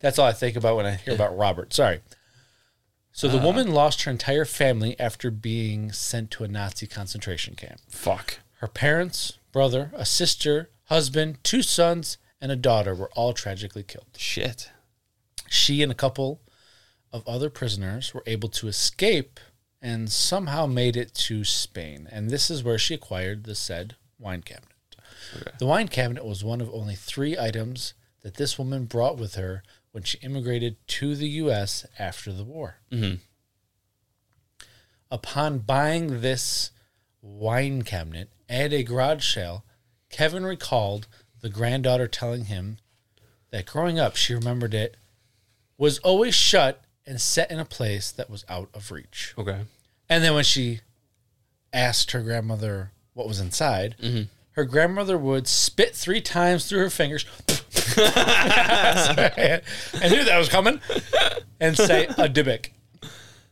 Speaker 2: That's all I think about when I hear about Robert. Sorry. So the woman lost her entire family after being sent to a Nazi concentration camp.
Speaker 1: Fuck.
Speaker 2: Her parents, brother, a sister, husband, two sons, and a daughter were all tragically killed.
Speaker 1: Shit.
Speaker 2: She and a couple of other prisoners were able to escape and somehow made it to Spain. And this is where she acquired the said wine cabinet. The wine cabinet was one of only three items that this woman brought with her when she immigrated to the U.S. after the war. Upon buying this wine cabinet at a garage sale, Kevin recalled the granddaughter telling him that growing up, she remembered it was always shut and set in a place that was out of reach.
Speaker 1: Okay.
Speaker 2: And then when she asked her grandmother what was inside,
Speaker 1: Mm-hmm.
Speaker 2: her grandmother would spit three times through her fingers. I knew that was coming. And say a dibbick.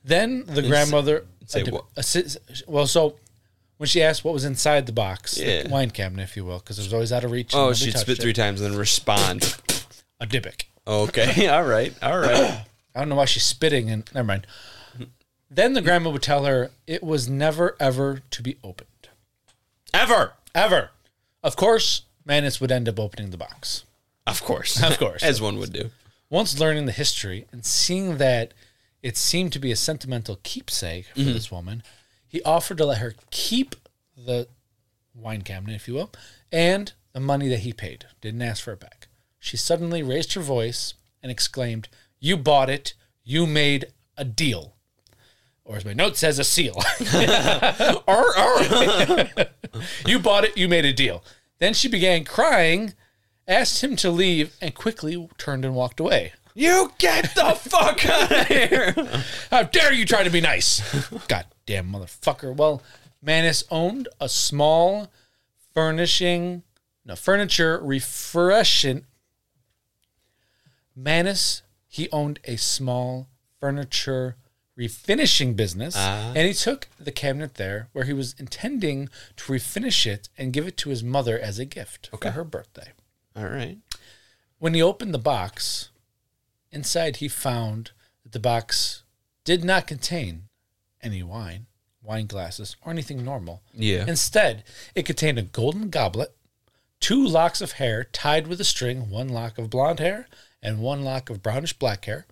Speaker 2: Then the grandmother
Speaker 1: say
Speaker 2: a dibbick.
Speaker 1: what?
Speaker 2: A si- well, so when she asked what was inside the box,
Speaker 1: Yeah.
Speaker 2: the wine cabinet, if you will, because it was always out of reach. and
Speaker 1: Oh,
Speaker 2: nobody
Speaker 1: she'd
Speaker 2: touched
Speaker 1: spit
Speaker 2: it,
Speaker 1: three times and then respond.
Speaker 2: A dibbick.
Speaker 1: Okay. All right. All right.
Speaker 2: I don't know why she's spitting and never mind. Then the grandma would tell her it was never ever to be opened.
Speaker 1: Ever.
Speaker 2: Ever. Of course, Manus would end up opening the box.
Speaker 1: Of course.
Speaker 2: Of course.
Speaker 1: As one would do.
Speaker 2: Once learning the history and seeing that it seemed to be a sentimental keepsake for this woman, he offered to let her keep the wine cabinet, if you will, and the money that he paid. Didn't ask for it back. She suddenly raised her voice and exclaimed, You bought it. You made a deal. Or as my note says, a seal. Arr, arr. you bought it. You made a deal. Then she began crying, asked him to leave, and quickly turned and walked away.
Speaker 1: You get the fuck out of here.
Speaker 2: How dare you try to be nice? Goddamn motherfucker. Well, Manus owned a small furnishing, no, furniture refreshing. Manus, he owned a small furniture refinishing business, and he took the cabinet there where he was intending to refinish it and give it to his mother as a gift for her birthday.
Speaker 1: All right.
Speaker 2: When he opened the box, inside he found that the box did not contain any wine, wine glasses, or anything normal.
Speaker 1: Yeah.
Speaker 2: Instead, it contained a golden goblet, two locks of hair tied with a string, one lock of blonde hair and one lock of brownish black hair,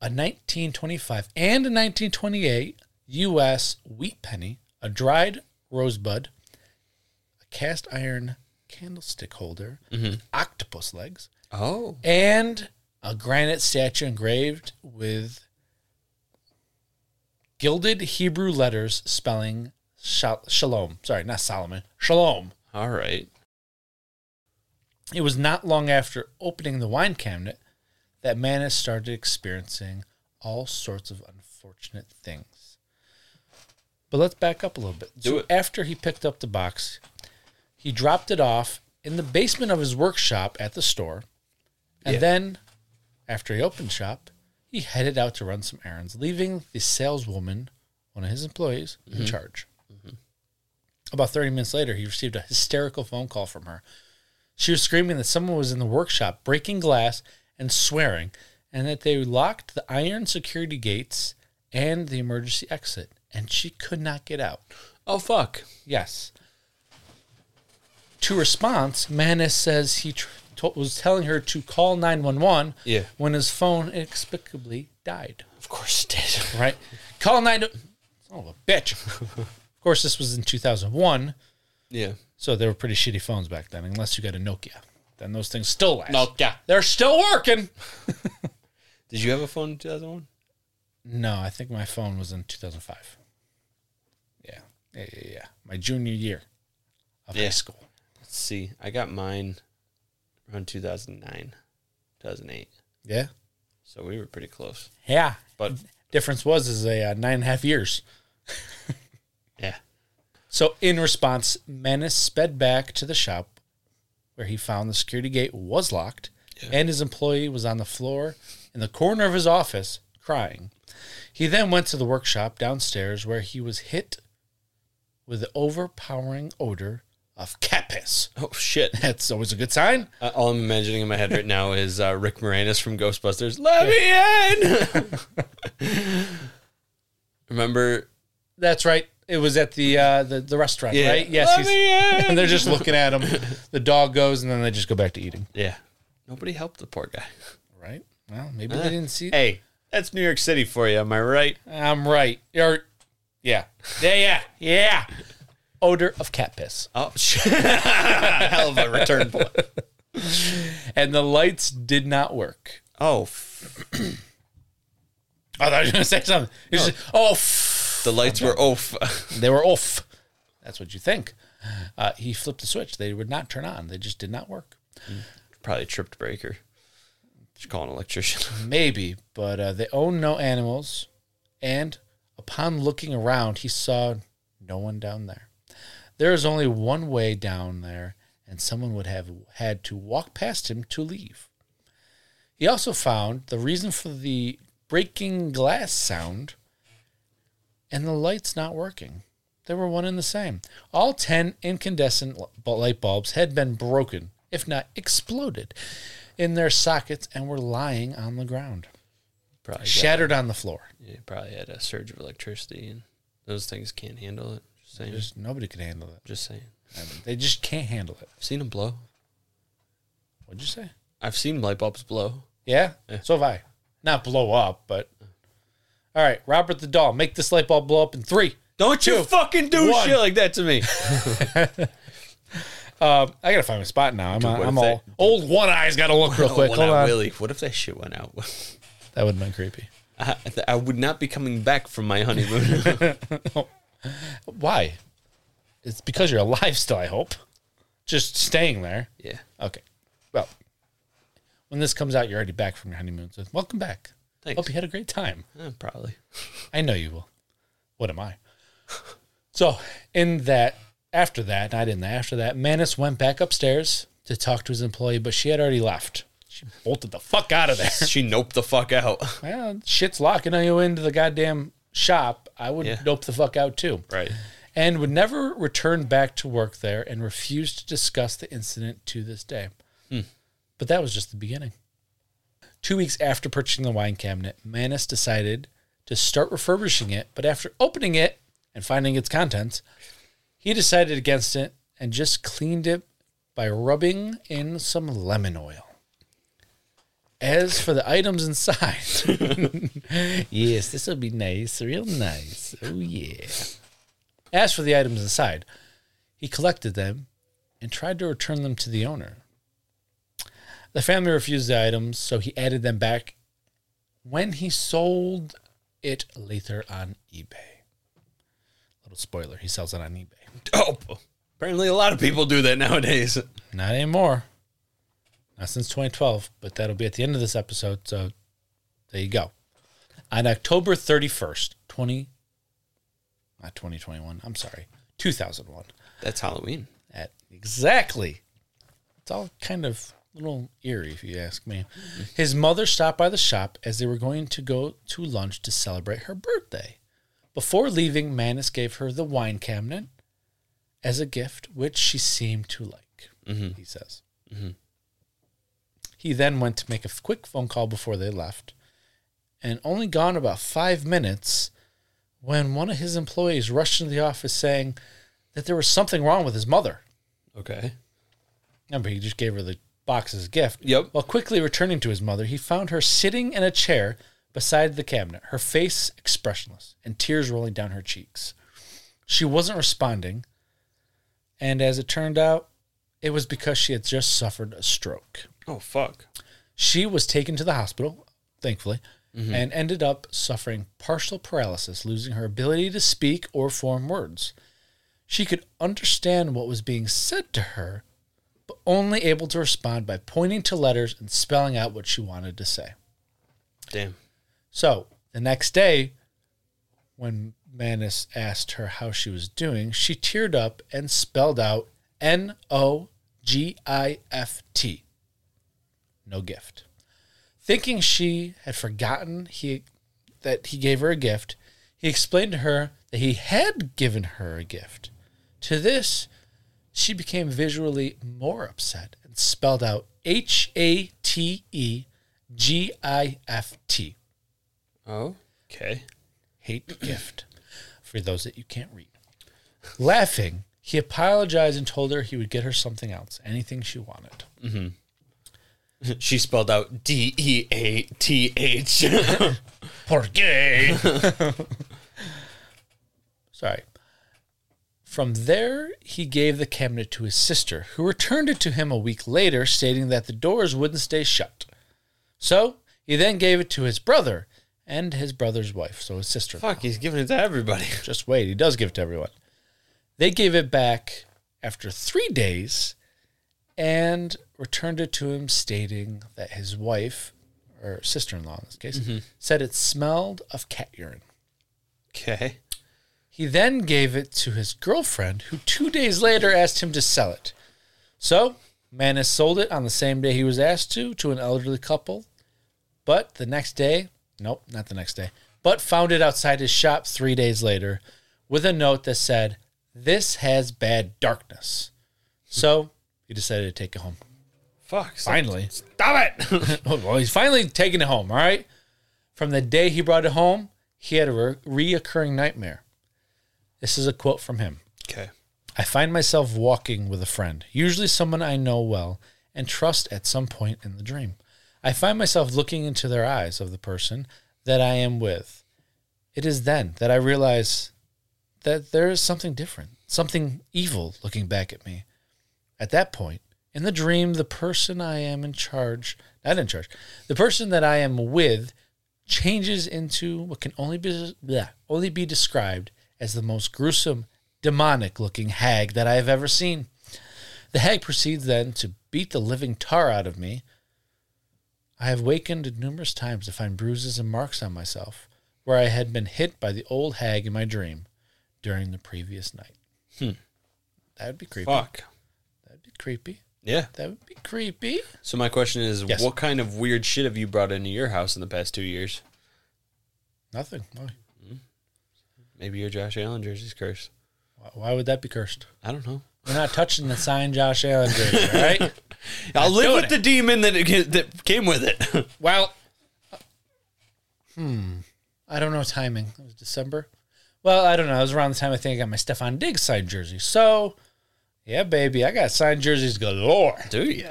Speaker 2: a 1925 and a 1928 U.S. wheat penny, a dried rosebud, a cast iron candlestick holder,
Speaker 1: Mm-hmm.
Speaker 2: with octopus legs,
Speaker 1: Oh.
Speaker 2: and a granite statue engraved with gilded Hebrew letters spelling shal- shalom. Sorry, not Solomon. Shalom.
Speaker 1: All right.
Speaker 2: It was not long after opening the wine cabinet that Manus started experiencing all sorts of unfortunate things. But let's back up a little bit.
Speaker 1: Do it.
Speaker 2: After he picked up the box, he dropped it off in the basement of his workshop at the store. And
Speaker 1: Yeah.
Speaker 2: then, after he opened shop, he headed out to run some errands, leaving the saleswoman, one of his employees,
Speaker 1: Mm-hmm.
Speaker 2: in charge. About 30 minutes later, he received a hysterical phone call from her. She was screaming that someone was in the workshop breaking glass and swearing, and that they locked the iron security gates and the emergency exit, and she could not get out.
Speaker 1: Oh fuck.
Speaker 2: Yes. To response, Manus says he tr- to- was telling her to call 911
Speaker 1: Yeah.
Speaker 2: when his phone inexplicably died.
Speaker 1: Of course it did.
Speaker 2: Right? call 911. Son of a bitch. of course, this was in 2001,
Speaker 1: Yeah.
Speaker 2: so they were pretty shitty phones back then, unless you got a Nokia. Then those things still last.
Speaker 1: Nokia.
Speaker 2: They're still working.
Speaker 1: Did you have a phone in 2001?
Speaker 2: No, I think my phone was in 2005. Yeah. Yeah, yeah, yeah. My junior year of
Speaker 1: Yeah.
Speaker 2: high school.
Speaker 1: Let's see. I got mine around 2009, 2008.
Speaker 2: Yeah.
Speaker 1: So we were pretty close.
Speaker 2: Yeah.
Speaker 1: But
Speaker 2: difference was is a uh, nine and a half years.
Speaker 1: yeah.
Speaker 2: So in response, Menace sped back to the shop where he found the security gate was locked and his employee was on the floor in the corner of his office crying. He then went to the workshop downstairs where he was hit with the overpowering odor of cat piss.
Speaker 1: Oh shit!
Speaker 2: That's always a good sign.
Speaker 1: Uh, all I'm imagining in my head right now is uh, Rick Moranis from Ghostbusters. Let me in. Remember?
Speaker 2: That's right. It was at the uh, the, the restaurant,
Speaker 1: Yeah.
Speaker 2: right? Yes.
Speaker 1: Let
Speaker 2: he's-
Speaker 1: me in.
Speaker 2: and they're just looking at him. The dog goes, and then they just go back to eating.
Speaker 1: Yeah. Nobody helped the poor guy.
Speaker 2: Right? Well, maybe
Speaker 1: Ah.
Speaker 2: they didn't see.
Speaker 1: Hey, that's New York City for you. Am I right?
Speaker 2: I'm right. Or, yeah. Yeah, yeah, yeah. Odor of cat piss.
Speaker 1: Oh shit! Hell of a return point.
Speaker 2: And the lights did not work.
Speaker 1: Oh, f-
Speaker 2: I thought I was going to say something. It's just, oh, f-
Speaker 1: the lights were oh, off.
Speaker 2: they were off. That's what you think. Uh, he flipped the switch. They would not turn on. They just did not work.
Speaker 1: Probably tripped breaker. Just call an electrician.
Speaker 2: Maybe, but uh, they owned no animals. And upon looking around, he saw no one down there. There is only one way down there, and someone would have had to walk past him to leave. He also found the reason for the breaking glass sound and the lights not working. They were one and the same. All 10 incandescent l- bu- light bulbs had been broken, if not exploded, in their sockets and were lying on the ground,
Speaker 1: Probably. got-
Speaker 2: shattered on the floor.
Speaker 1: Yeah, probably had a surge of electricity, and those things can't handle it. Just saying. Just,
Speaker 2: Just nobody could handle it.
Speaker 1: saying.
Speaker 2: I mean, They just can't handle it.
Speaker 1: I've seen them blow.
Speaker 2: What'd you say?
Speaker 1: I've seen light bulbs blow.
Speaker 2: Yeah? So have I. Not blow up, but. All right, Robert the doll, make this light bulb blow up in three.
Speaker 1: Don't you fucking do
Speaker 2: one.
Speaker 1: shit like that to me.
Speaker 2: Um, I gotta find my spot now. I'm,
Speaker 1: what
Speaker 2: I'm
Speaker 1: if
Speaker 2: all old one eye's gotta look real quick.
Speaker 1: One
Speaker 2: Hold
Speaker 1: out
Speaker 2: on.
Speaker 1: Willy. What if that shit went out?
Speaker 2: That would have been creepy.
Speaker 1: I, I would not be coming back from my honeymoon.
Speaker 2: Why? It's because you're alive still, I hope. Just staying there.
Speaker 1: yeah.
Speaker 2: Okay. Well, when this comes out, you're already back from your honeymoon. So welcome back.
Speaker 1: Thanks.
Speaker 2: Hope you had a great time.
Speaker 1: Eh, probably.
Speaker 2: I know you will. What am I? So, in that, after that, not in that, after that, Manus went back upstairs to talk to his employee, but she had already left. She bolted the fuck out of there.
Speaker 1: She noped the fuck out.
Speaker 2: well, shit's locking you into the goddamn shop. I would
Speaker 1: Yeah.
Speaker 2: dope the fuck out too.
Speaker 1: Right.
Speaker 2: and would never return back to work there and refused to discuss the incident to this day. Hmm. But that was just the beginning. Two weeks after purchasing the wine cabinet, Manus decided to start refurbishing it, but after opening it and finding its contents, he decided against it and just cleaned it by rubbing in some lemon oil. As for the items inside, yes, this will be nice, real nice. Oh, yeah. As for the items inside, he collected them and tried to return them to the owner. The family refused the items, so he added them back when he sold it later on eBay. Little spoiler, he sells it on eBay.
Speaker 1: Oh, apparently a lot of people do that nowadays.
Speaker 2: Not anymore. Not since 2012, but that'll be at the end of this episode, so there you go. On October 31st, 20 not 2021, I'm sorry, 2001.
Speaker 1: That's Halloween.
Speaker 2: at exactly. It's all kind of a little eerie, if you ask me. His mother stopped by the shop as they were going to go to lunch to celebrate her birthday. Before leaving, Manus gave her the wine cabinet as a gift, which she seemed to like, he says. He then went to make a quick phone call before they left and only gone about five minutes when one of his employees rushed into the office saying that there was something wrong with his mother.
Speaker 1: Okay.
Speaker 2: Remember, he just gave her the box as a gift.
Speaker 1: Yep.
Speaker 2: While quickly returning to his mother, he found her sitting in a chair beside the cabinet, her face expressionless and tears rolling down her cheeks. She wasn't responding, and as it turned out, it was because she had just suffered a stroke.
Speaker 1: Oh, fuck.
Speaker 2: She was taken to the hospital, thankfully, and ended up suffering partial paralysis, losing her ability to speak or form words. She could understand what was being said to her, but only able to respond by pointing to letters and spelling out what she wanted to say.
Speaker 1: Damn.
Speaker 2: So the next day, when Manus asked her how she was doing, she teared up and spelled out N O G I F T. No gift. Thinking she had forgotten he that he gave her a gift, he explained to her that he had given her a gift. To this, she became visually more upset and spelled out H A T E G I F T.
Speaker 1: Oh, okay.
Speaker 2: Hate gift. For those that you can't read. Laughing, he apologized and told her he would get her something else, anything she wanted.
Speaker 1: She spelled out D E A T H.
Speaker 2: Porque. Sorry. From there, he gave the cabinet to his sister, who returned it to him a week later, stating that the doors wouldn't stay shut. So he then gave it to his brother and his brother's wife, so his sister.
Speaker 1: Fuck, he's giving it to everybody.
Speaker 2: Just wait, he does give it to everyone. They gave it back after three days and returned it to him, stating that his wife, or sister in law in this case, said it smelled of cat urine.
Speaker 1: Okay.
Speaker 2: He then gave it to his girlfriend, who two days later asked him to sell it. So, Manus sold it on the same day he was asked to, to an elderly couple. But the next day, nope, not the next day, but found it outside his shop three days later with a note that said, This has bad darkness. So, he decided to take it home.
Speaker 1: Fuck. so-
Speaker 2: Finally.
Speaker 1: Stop it.
Speaker 2: Oh, well, he's finally taking it home. All right. From the day he brought it home, he had a re- reoccurring nightmare. This is a quote from him.
Speaker 1: okay.
Speaker 2: I find myself walking with a friend, usually someone I know well and trust at some point in the dream. I find myself looking into their eyes of the person that I am with. It is then that I realize that there is something different, something evil looking back at me. At that point, in the dream, the person I am in charge, not in charge, the person that I am with changes into what can only be bleh, only be described as the most gruesome, demonic looking hag that I have ever seen. The hag proceeds then to beat the living tar out of me. I have wakened numerous times to find bruises and marks on myself where I had been hit by the old hag in my dream during the previous night. That would be creepy.
Speaker 1: Fuck.
Speaker 2: That'd be creepy.
Speaker 1: Yeah.
Speaker 2: That would be creepy.
Speaker 1: So my question is,
Speaker 2: Yes.
Speaker 1: what kind of weird shit have you brought into your house in the past two years?
Speaker 2: Nothing. Why?
Speaker 1: Maybe your Josh Allen jersey's cursed.
Speaker 2: Why would that be cursed?
Speaker 1: I don't know.
Speaker 2: We're not touching the sign Josh Allen did, all right?
Speaker 1: I'll live
Speaker 2: doing
Speaker 1: with
Speaker 2: it.
Speaker 1: the demon that it, that came with it.
Speaker 2: Well, hmm, I don't know timing. It was December. Well, I don't know. It was around the time I think I got my Stefan Diggs signed jersey. So, yeah, baby, I got signed jerseys galore.
Speaker 1: Do you?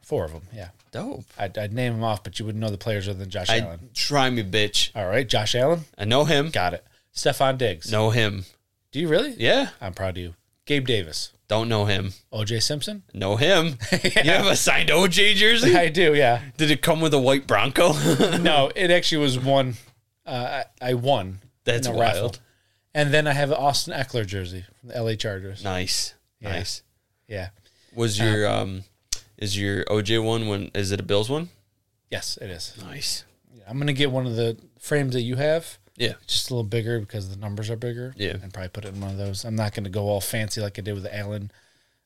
Speaker 2: Four of them. Yeah,
Speaker 1: Dope.
Speaker 2: I'd, I'd name them off, but you wouldn't know the players other than Josh
Speaker 1: I
Speaker 2: Allen.
Speaker 1: try me, bitch.
Speaker 2: All right, Josh Allen,
Speaker 1: I know him.
Speaker 2: got it. Stefan Diggs.
Speaker 1: Know him.
Speaker 2: Do you really?
Speaker 1: Yeah.
Speaker 2: I'm proud of you. Gabe Davis,
Speaker 1: Don't know him.
Speaker 2: O.J. Simpson.
Speaker 1: Know him. You have a signed OJ jersey?
Speaker 2: I do. Yeah.
Speaker 1: Did it come with a white Bronco?
Speaker 2: no, it actually was one. Uh, I, I won.
Speaker 1: That's
Speaker 2: in a
Speaker 1: wild.
Speaker 2: And then I have an Austin Eckler jersey from the LA Chargers.
Speaker 1: nice. Nice.
Speaker 2: Yeah.
Speaker 1: Was your um is your OJ one when is it a Bills one?
Speaker 2: Yes, it is.
Speaker 1: Nice.
Speaker 2: Yeah, I'm going to get one of the frames that you have,
Speaker 1: Yeah.
Speaker 2: just a little bigger because the numbers are bigger.
Speaker 1: Yeah.
Speaker 2: And probably put it in one of those. I'm not going to go all fancy like I did with Allen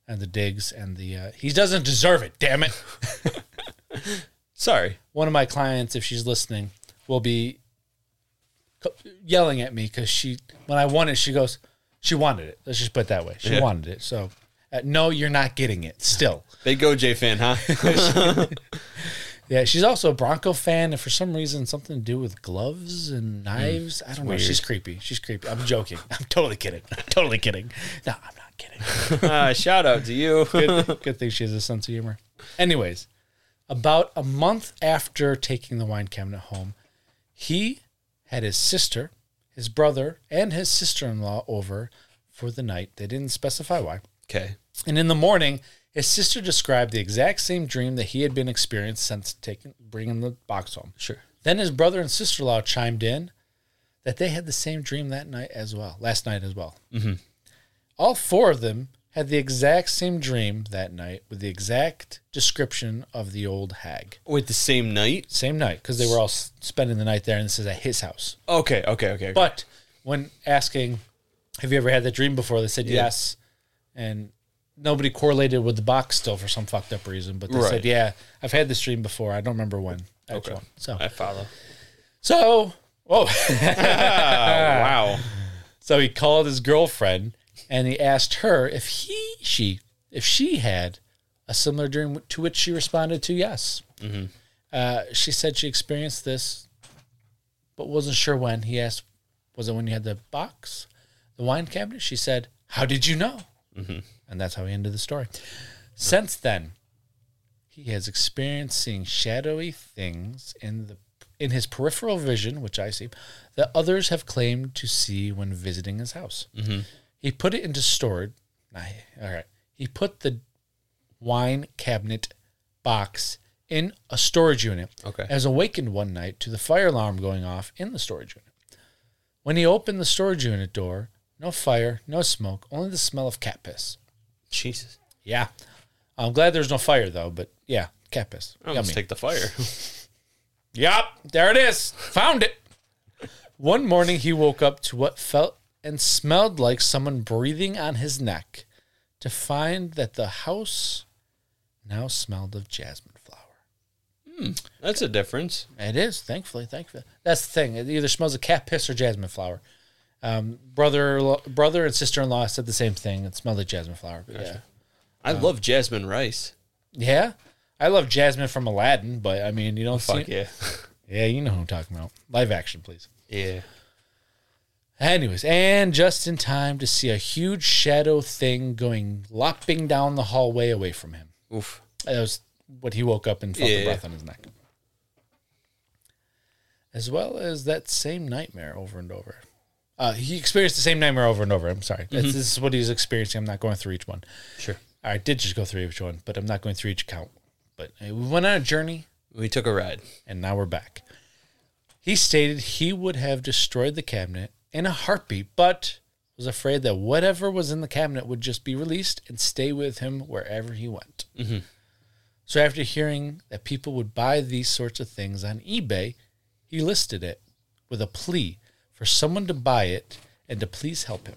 Speaker 2: and the Diggs and the. Uh, he doesn't deserve it, damn it.
Speaker 1: Sorry.
Speaker 2: one of my clients, if she's listening, will be co- yelling at me because she, when I want it, she goes, she wanted it. Let's just put it that way. She
Speaker 1: Yeah.
Speaker 2: wanted it. So, uh, no, you're not getting it still.
Speaker 1: Big OJ fan, huh?
Speaker 2: Yeah, she's also a Bronco fan, and for some reason, something to do with gloves and knives. I don't know. She's creepy. She's creepy. I'm joking. I'm totally kidding. I'm totally kidding. No, I'm not kidding.
Speaker 1: Ah, shout out to you.
Speaker 2: good, good thing she has a sense of humor. Anyways, about a month after taking the wine cabinet home, he had his sister, his brother, and his sister in law over for the night. They didn't specify why.
Speaker 1: Okay.
Speaker 2: And in the morning, his sister described the exact same dream that he had been experiencing since taking bringing the box home.
Speaker 1: Sure.
Speaker 2: Then his brother and sister in law chimed in that they had the same dream that night as well, last night as well. Mm-hmm. All four of them had the exact same dream that night with the exact description of the old hag.
Speaker 1: Wait, the same night?
Speaker 2: Same night because they were all s- spending the night there, and this is at his house.
Speaker 1: Okay, okay, okay.
Speaker 2: But when asking, "Have you ever had that dream before?" they said
Speaker 1: Yeah.
Speaker 2: yes, and nobody correlated with the box still for some fucked up reason. But they
Speaker 1: Right.
Speaker 2: said, "Yeah, I've had this dream before. I don't remember when." Okay. So
Speaker 1: I follow.
Speaker 2: so, Oh,
Speaker 1: Ah. Oh, wow.
Speaker 2: so he called his girlfriend and he asked her if he she if she had a similar dream to which she responded to yes. Uh, she said she experienced this, but wasn't sure when. He asked, "Was it when you had the box, the wine cabinet?" She said, "How did you know?" And that's how he ended the story. Since then, he has experienced seeing shadowy things in the in his peripheral vision, which I see, that others have claimed to see when visiting his house. He put it into storage. nah, he- All right. He put the wine cabinet box in a storage unit.
Speaker 1: Okay.
Speaker 2: And was awakened one night to the fire alarm going off in the storage unit. When he opened the storage unit door, no fire, no smoke, only the smell of cat piss.
Speaker 1: Jesus.
Speaker 2: Yeah. I'm glad there's no fire though, but yeah, cat piss.
Speaker 1: I'll
Speaker 2: Yummy.
Speaker 1: just take the fire.
Speaker 2: Yep, there it is. Found it. One morning, he woke up to what felt and smelled like someone breathing on his neck to find that the house now smelled of jasmine flower.
Speaker 1: That's a difference.
Speaker 2: It is, thankfully, thankfully. That's the thing. It either smells of cat piss or jasmine flower. Um, brother, brother and sister-in-law said the same thing. It smelled like jasmine flower. but Yeah.
Speaker 1: I love jasmine rice.
Speaker 2: Yeah. I love Jasmine from Aladdin, but I mean, you don't
Speaker 1: Fuck
Speaker 2: see
Speaker 1: yeah.
Speaker 2: Yeah, you know who I'm talking about. Live action, please.
Speaker 1: yeah.
Speaker 2: Anyways, and just in time to see a huge shadow thing going lopping down the hallway away from him.
Speaker 1: Oof.
Speaker 2: That was what he woke up and felt
Speaker 1: Yeah.
Speaker 2: the breath on his neck. As well as that same nightmare over and over. Uh, he experienced the same nightmare over and over. I'm sorry. That's, this is what he's experiencing. I'm not going through each one.
Speaker 1: Sure.
Speaker 2: I did just go through each one, but I'm not going through each count. But uh, we went on a journey.
Speaker 1: We took a ride.
Speaker 2: and now we're back. He stated he would have destroyed the cabinet in a heartbeat, but was afraid that whatever was in the cabinet would just be released and stay with him wherever he went.
Speaker 1: Mm-hmm.
Speaker 2: So, after hearing that people would buy these sorts of things on eBay, he listed it with a plea for someone to buy it and to please help him.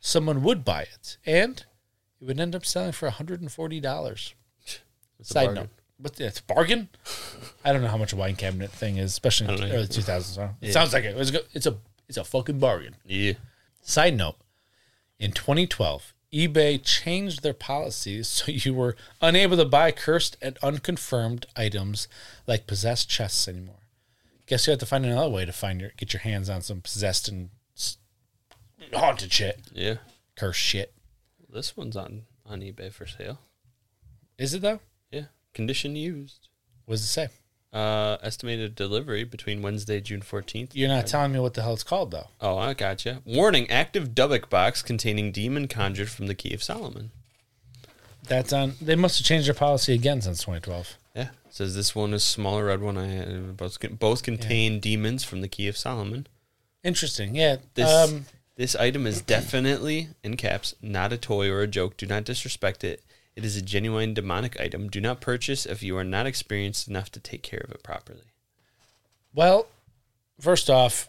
Speaker 2: Someone would buy it, and it would end up selling for $140.
Speaker 1: a
Speaker 2: Side
Speaker 1: bargain.
Speaker 2: note. But it's a bargain? I don't know how much a wine cabinet thing is, especially in
Speaker 1: I
Speaker 2: the
Speaker 1: don't
Speaker 2: early 2000s. huh? It sounds like it. It's a, it's a it's a fucking bargain.
Speaker 1: Yeah.
Speaker 2: Side note: In 2012, eBay changed their policies so you were unable to buy cursed and unconfirmed items like possessed chests anymore. Guess you have to find another way to find your get your hands on some possessed and s- haunted shit,
Speaker 1: Yeah.
Speaker 2: cursed shit.
Speaker 1: This one's on on eBay for sale.
Speaker 2: Is it though?
Speaker 1: Yeah. Condition used.
Speaker 2: What does it say?
Speaker 1: Uh, estimated delivery between Wednesday, June fourteenth.
Speaker 2: You're not telling me what the hell it's called though.
Speaker 1: Oh, I gotcha. Warning: Active Dubbock box containing demon conjured from the Key of Solomon.
Speaker 2: That's on. They must have changed their policy again since 2012.
Speaker 1: Yeah, It says this one is smaller red one. I uh, both con- both contain demons from the Key of Solomon.
Speaker 2: Interesting. Yeah.
Speaker 1: This
Speaker 2: um,
Speaker 1: this item is definitely in caps, not a toy or a joke. Do not disrespect it. It is a genuine demonic item. Do not purchase if you are not experienced enough to take care of it properly.
Speaker 2: well, first off,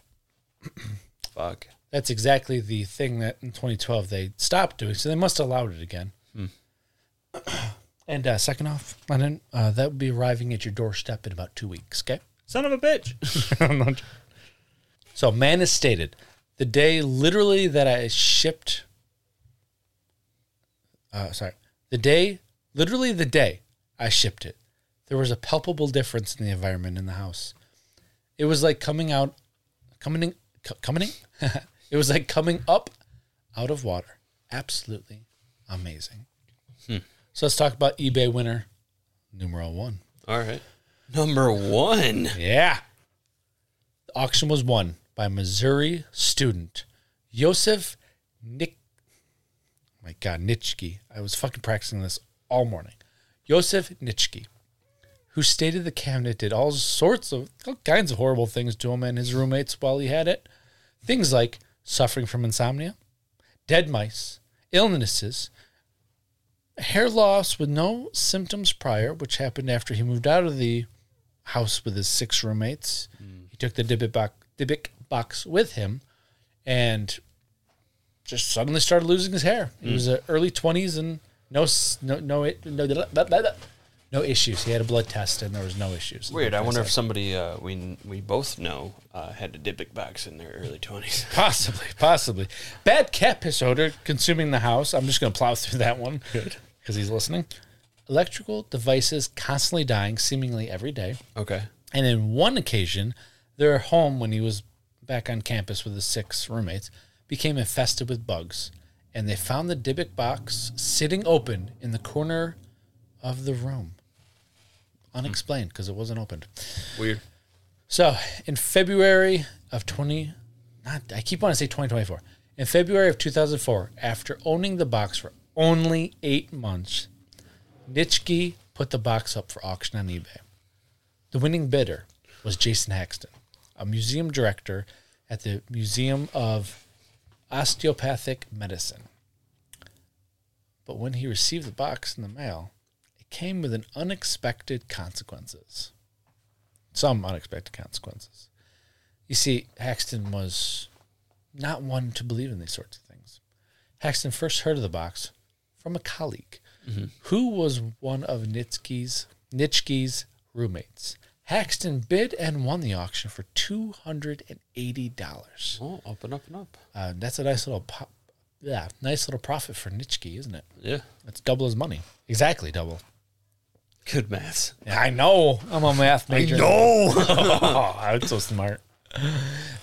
Speaker 1: Fuck.
Speaker 2: that's exactly the thing that in 2012 they stopped doing, so they must have allowed it again. And uh, second off, Lennon, uh, that will be arriving at your doorstep in about two weeks. Okay.
Speaker 1: Son of a bitch.
Speaker 2: So man has stated the day literally that I shipped. Uh, sorry, the day literally the day I shipped it, there was a palpable difference in the environment in the house. It was like coming out, coming in, co- coming in. it was like coming up out of water. Absolutely amazing. So let's talk about eBay winner numero one.
Speaker 1: All right. Number one.
Speaker 2: Yeah. The auction was won by Missouri student Yosef Nick. oh My God, Nitschke. I was fucking practicing this all morning. Yosef Nitschke, who stated the cabinet did all sorts of all kinds of horrible things to him and his roommates while he had it. Things like suffering from insomnia, dead mice, illnesses, hair loss with no symptoms prior, which happened after he moved out of the house with his six roommates.
Speaker 1: Hmm.
Speaker 2: He took the Dybbuk box, Dybbuk box with him and just suddenly
Speaker 1: Hmm.
Speaker 2: started losing his hair. He was uh, early 20s and no, s- no, no, it- no, blah, blah, blah, blah. No issues. He had a blood test and there was no issues.
Speaker 1: Weird. I wonder if somebody uh, we we both know uh, had a Dybbuk box in their early twenties.
Speaker 2: Possibly, possibly. Bad cat piss odor consuming the house. I'm just going to plow through that one. Good. Because he's listening. Electrical devices constantly dying, seemingly every day.
Speaker 1: Okay.
Speaker 2: And in one occasion, their home, when he was back on campus with his six roommates, became infested with bugs. And they found the Dybbuk box sitting open in the corner of the room. Unexplained because it wasn't opened.
Speaker 1: Weird.
Speaker 2: So in February of 20, not, I keep wanting to say 2024. In February of 2004, after owning the box for only eight months, Nitschke put the box up for auction on eBay. The winning bidder was Jason Haxton, a museum director at the Museum of Osteopathic Medicine. But when he received the box in the mail, it came with an unexpected consequences. Some unexpected consequences. You see, Haxton was not one to believe in these sorts of things. Haxton first heard of the box from a colleague who was one of Nitschke's, Nitschke's roommates. Haxton bid and won the auction for $280.
Speaker 1: Oh, up and up and up.
Speaker 2: Uh, that's a nice little pop, yeah, nice little profit for Nitschke, isn't it?
Speaker 1: Yeah.
Speaker 2: That's double his money. Exactly double.
Speaker 1: Good maths.
Speaker 2: I know. I'm a math major.
Speaker 1: No.
Speaker 2: oh, I'm so smart.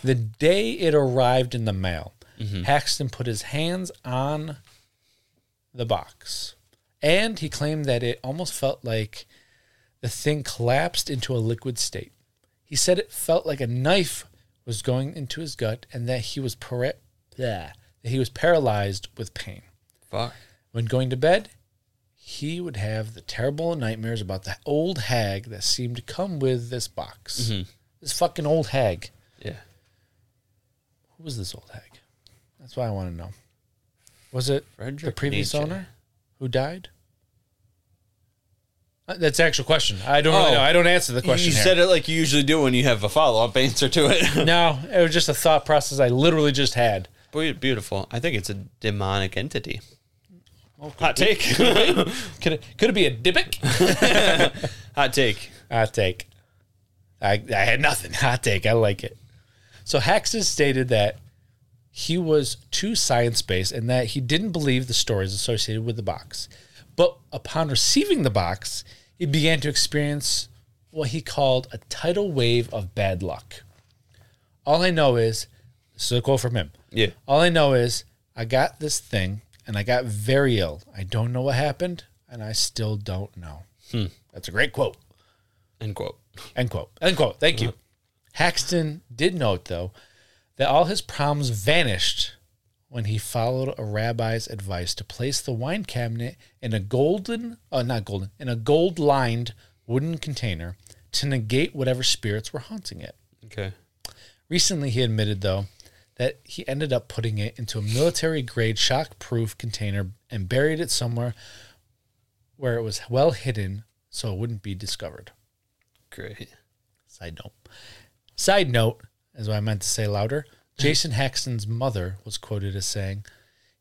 Speaker 2: The day it arrived in the mail, Haxton put his hands on the box. And he claimed that it almost felt like the thing collapsed into a liquid state. He said it felt like a knife was going into his gut and that he was para- bleh, that he was paralyzed with pain.
Speaker 1: Fuck.
Speaker 2: When going to bed, he would have the terrible nightmares about the old hag that seemed to come with this box.
Speaker 1: Mm-hmm.
Speaker 2: This fucking old hag.
Speaker 1: Yeah.
Speaker 2: Who was this old hag? That's what I want to know. Was it the
Speaker 1: Frederick
Speaker 2: previous
Speaker 1: Nietzsche.
Speaker 2: owner who died? Uh, That's the actual question. I don't really
Speaker 1: Oh.
Speaker 2: know. I don't answer the question.
Speaker 1: you
Speaker 2: here.
Speaker 1: said it like you usually do when you have a follow up answer to it.
Speaker 2: no, it was just a thought process I literally just had.
Speaker 1: Be- Beautiful. I think it's a demonic entity.
Speaker 2: Okay.
Speaker 1: Hot take.
Speaker 2: Could it, could it be a Dybbuk?
Speaker 1: Hot take.
Speaker 2: Hot take. I, I had nothing. Hot take. I like it. So Haxton stated that he was too science based and that he didn't believe the stories associated with the box. But upon receiving the box, he began to experience what he called a tidal wave of bad luck. All I know is this is a quote from him.
Speaker 1: Yeah.
Speaker 2: All I know is I got this thing and I got very ill. I don't know what happened and I still don't know. That's a great quote.
Speaker 1: End quote.
Speaker 2: End quote. End quote. Thank you. Haxton did note, though, that all his problems vanished when he followed a rabbi's advice to place the wine cabinet in a golden, uh, not golden, in a gold lined wooden container to negate whatever spirits were haunting it.
Speaker 1: Okay.
Speaker 2: Recently, he admitted, though, that he ended up putting it into a military grade shock proof container and buried it somewhere where it was well hidden so it wouldn't be discovered.
Speaker 1: Great.
Speaker 2: Side note. Side note, is what I meant to say louder. Jason Haxton's mother was quoted as saying,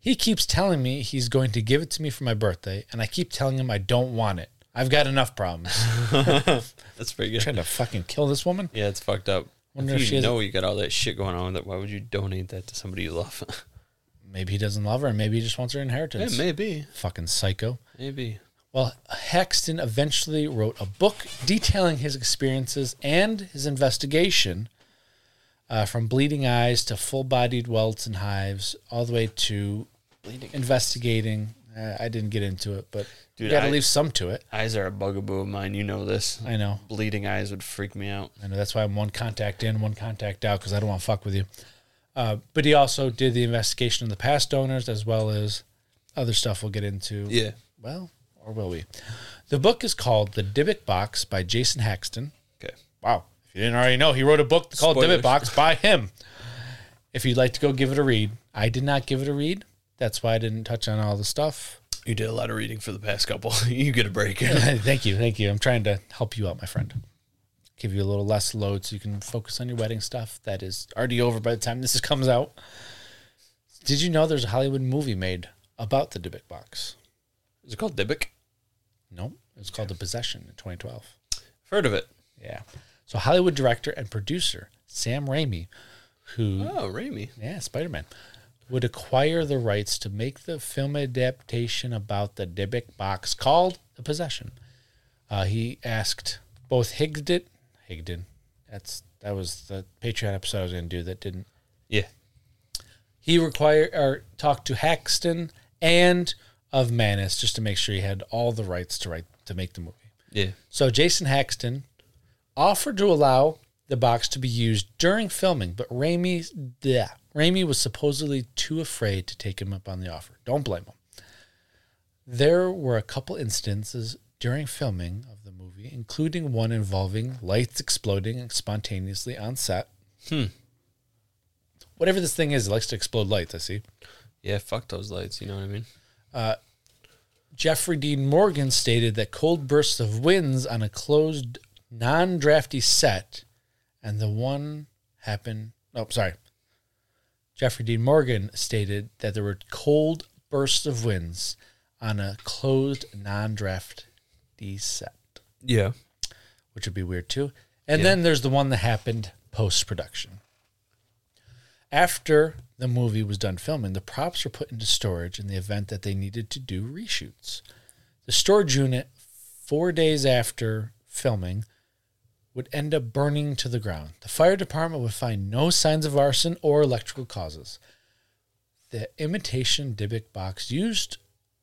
Speaker 2: He keeps telling me he's going to give it to me for my birthday, and I keep telling him I don't want it. I've got enough problems.
Speaker 1: That's pretty good.
Speaker 2: Trying to fucking kill this woman?
Speaker 1: Yeah, it's fucked up.
Speaker 2: Wonder
Speaker 1: if
Speaker 2: if
Speaker 1: you
Speaker 2: she has-
Speaker 1: know you got all that shit going on, that why would you donate that to somebody you love?
Speaker 2: Maybe he doesn't love her, and maybe he just wants her
Speaker 1: yeah,
Speaker 2: inheritance.
Speaker 1: maybe,
Speaker 2: Fucking psycho.
Speaker 1: maybe.
Speaker 2: Well, Hexton eventually wrote a book detailing his experiences and his investigation uh, from bleeding eyes to full bodied welts and hives, all the way to investigating. Uh, I didn't get into it, but
Speaker 1: Dude,
Speaker 2: you got to
Speaker 1: I-
Speaker 2: leave some to it.
Speaker 1: Eyes are a bugaboo of mine. You know this.
Speaker 2: I know.
Speaker 1: Bleeding eyes would freak me out.
Speaker 2: I know that's why I'm one contact in, one contact out, because I don't want to fuck with you. Uh, but he also did the investigation of the past donors as well as other stuff we'll get into.
Speaker 1: Yeah.
Speaker 2: Well, or will we? The book is called The Dybbuk Box by Jason Haxton.
Speaker 1: Okay.
Speaker 2: Wow. If you didn't already know, he wrote a book called
Speaker 1: Spoilers.
Speaker 2: Dibbit Box by him. If you'd like to go give it a read, I did not give it a read. That's why I didn't touch on all the stuff.
Speaker 1: You did a lot of reading for the past couple. you get a break.
Speaker 2: thank you. Thank you. I'm trying to help you out, my friend. Give you a little less load so you can focus on your wedding stuff that is already over by the time this comes out. Did you know there's a Hollywood movie made about the Dybbuk box?
Speaker 1: Is it called Dybbuk?
Speaker 2: No, It was called The Possession in 2012.
Speaker 1: Heard of it?
Speaker 2: Yeah. So Hollywood director and producer Sam Raimi, who
Speaker 1: Oh, Raimi.
Speaker 2: yeah, Spider Man, would acquire the rights to make the film adaptation about the Dybbuk box called The Possession. Uh, he asked both Higdon, Higdon, that's that was the Patreon episode I was going to do that didn't.
Speaker 1: Yeah.
Speaker 2: He required or talked to Haxton and of Manis just to make sure he had all the rights to write to make the movie.
Speaker 1: Yeah.
Speaker 2: So Jason Haxton offered to allow the box to be used during filming, but Raimi, bleh, Raimi was supposedly too afraid to take him up on the offer. Don't blame him. There were a couple instances during filming of the movie, including one involving lights exploding spontaneously on set. Whatever this thing is, it likes to explode lights, I see.
Speaker 1: Yeah, fuck those lights, you know what I mean?
Speaker 2: Jeffrey Dean Morgan stated that cold bursts of winds on a closed, non drafty set, and the one happened. Oh, sorry. Jeffrey Dean Morgan stated that there were cold bursts of winds on a closed, non drafty set,
Speaker 1: Yeah.
Speaker 2: which would be weird too. And then there's the one that happened post production. After the movie was done filming, the props were put into storage in the event that they needed to do reshoots. The storage unit, four days after filming, would end up burning to the ground. The fire department would find no signs of arson or electrical causes. The imitation Dybbuk box used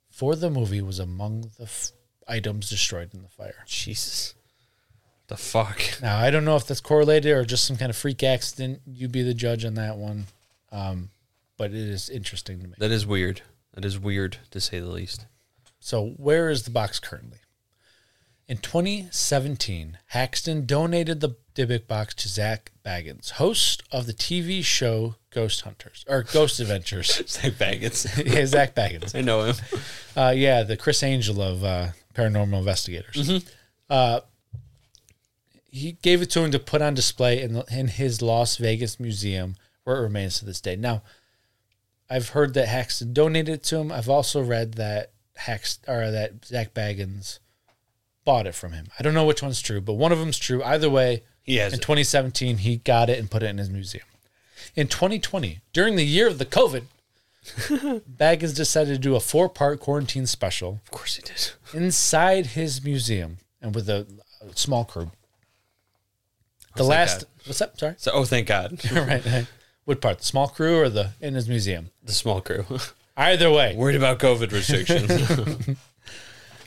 Speaker 2: for the movie was among the f- items destroyed in the fire.
Speaker 1: Jesus. The fuck?
Speaker 2: Now, I don't know if that's correlated or just some kind of freak accident. You be the judge on that one. Um, but it is interesting to me.
Speaker 1: That is weird. That is weird to say the least.
Speaker 2: So, where is the box currently? In 2017, Haxton donated the Dybbuk box to Zach Baggins, host of the TV show Ghost Hunters or Ghost Adventures.
Speaker 1: Zach Baggins.
Speaker 2: yeah, Zach Baggins.
Speaker 1: I know him.
Speaker 2: Uh, yeah, the Chris Angel of uh, Paranormal Investigators. Uh, he gave it to him to put on display in, the, in his Las Vegas museum, where it remains to this day. Now, I've heard that Haxton donated it to him. I've also read that Hax or that Zach Baggins bought it from him. I don't know which one's true, but one of them's true. Either way,
Speaker 1: He has
Speaker 2: in
Speaker 1: it.
Speaker 2: 2017, he got it and put it in his museum. In 2020, during the year of the COVID, Baggins decided to do a four part quarantine special
Speaker 1: Of course he did.
Speaker 2: inside his museum and with a, a small crew. The last, what's up? Sorry.
Speaker 1: So oh thank God.
Speaker 2: right. right. What part? The small crew or the in his museum?
Speaker 1: The small crew.
Speaker 2: Either way.
Speaker 1: Worried about COVID restrictions.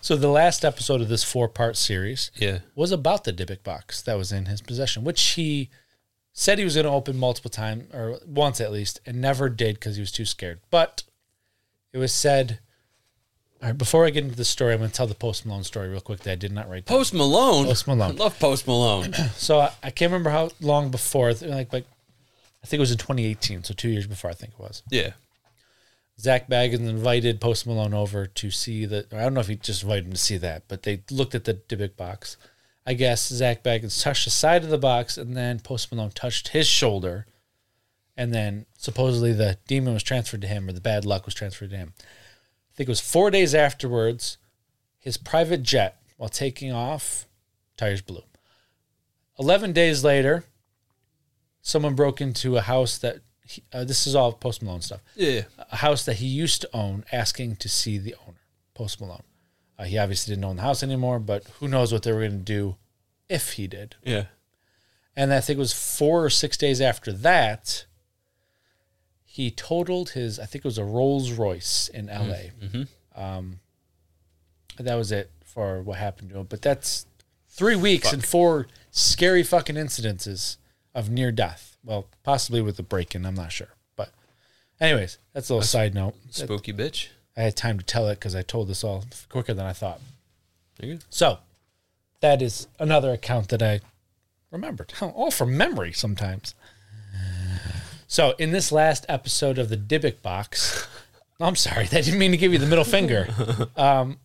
Speaker 2: So the last episode of this four part series
Speaker 1: yeah.
Speaker 2: was about the Dybbuk box that was in his possession, which he said he was going to open multiple times or once at least, and never did because he was too scared. But it was said. All right, before I get into the story, I'm going to tell the Post Malone story real quick that I did not write. down.
Speaker 1: Post Malone.
Speaker 2: Post Malone.
Speaker 1: I love Post Malone.
Speaker 2: So I, I can't remember how long before, I think, like, like I think it was in 2018, so two years before I think it was.
Speaker 1: yeah.
Speaker 2: Zach Baggins invited Post Malone over to see the. I don't know if he just invited him to see that, but they looked at the Dybbuk box. I guess Zach Baggins touched the side of the box, and then Post Malone touched his shoulder, and then supposedly the demon was transferred to him, or the bad luck was transferred to him. I think it was four days afterwards. His private jet, while taking off, tires blew. Eleven days later, someone broke into a house that. He, uh, this is all Post Malone stuff
Speaker 1: Yeah.
Speaker 2: a house that he used to own asking to see the owner, Post Malone. Uh, he obviously didn't own the house anymore, but who knows what they were going to do if he did.
Speaker 1: Yeah.
Speaker 2: And I think it was four or six days after that, he totaled his, I think it was a Rolls Royce in LA. Um, that was it for what happened to him. But that's three weeks and four scary fucking incidences of near death. Well, possibly with a break in, I'm not sure. But, anyways, that's a little side note.
Speaker 1: Spooky bitch.
Speaker 2: I had time to tell it because I told this all quicker than I thought.
Speaker 1: There you go.
Speaker 2: So that is another account that I remembered. All from memory sometimes. So in this last episode of the Dybbuk box, I'm sorry, that didn't mean to give you the middle finger. Um,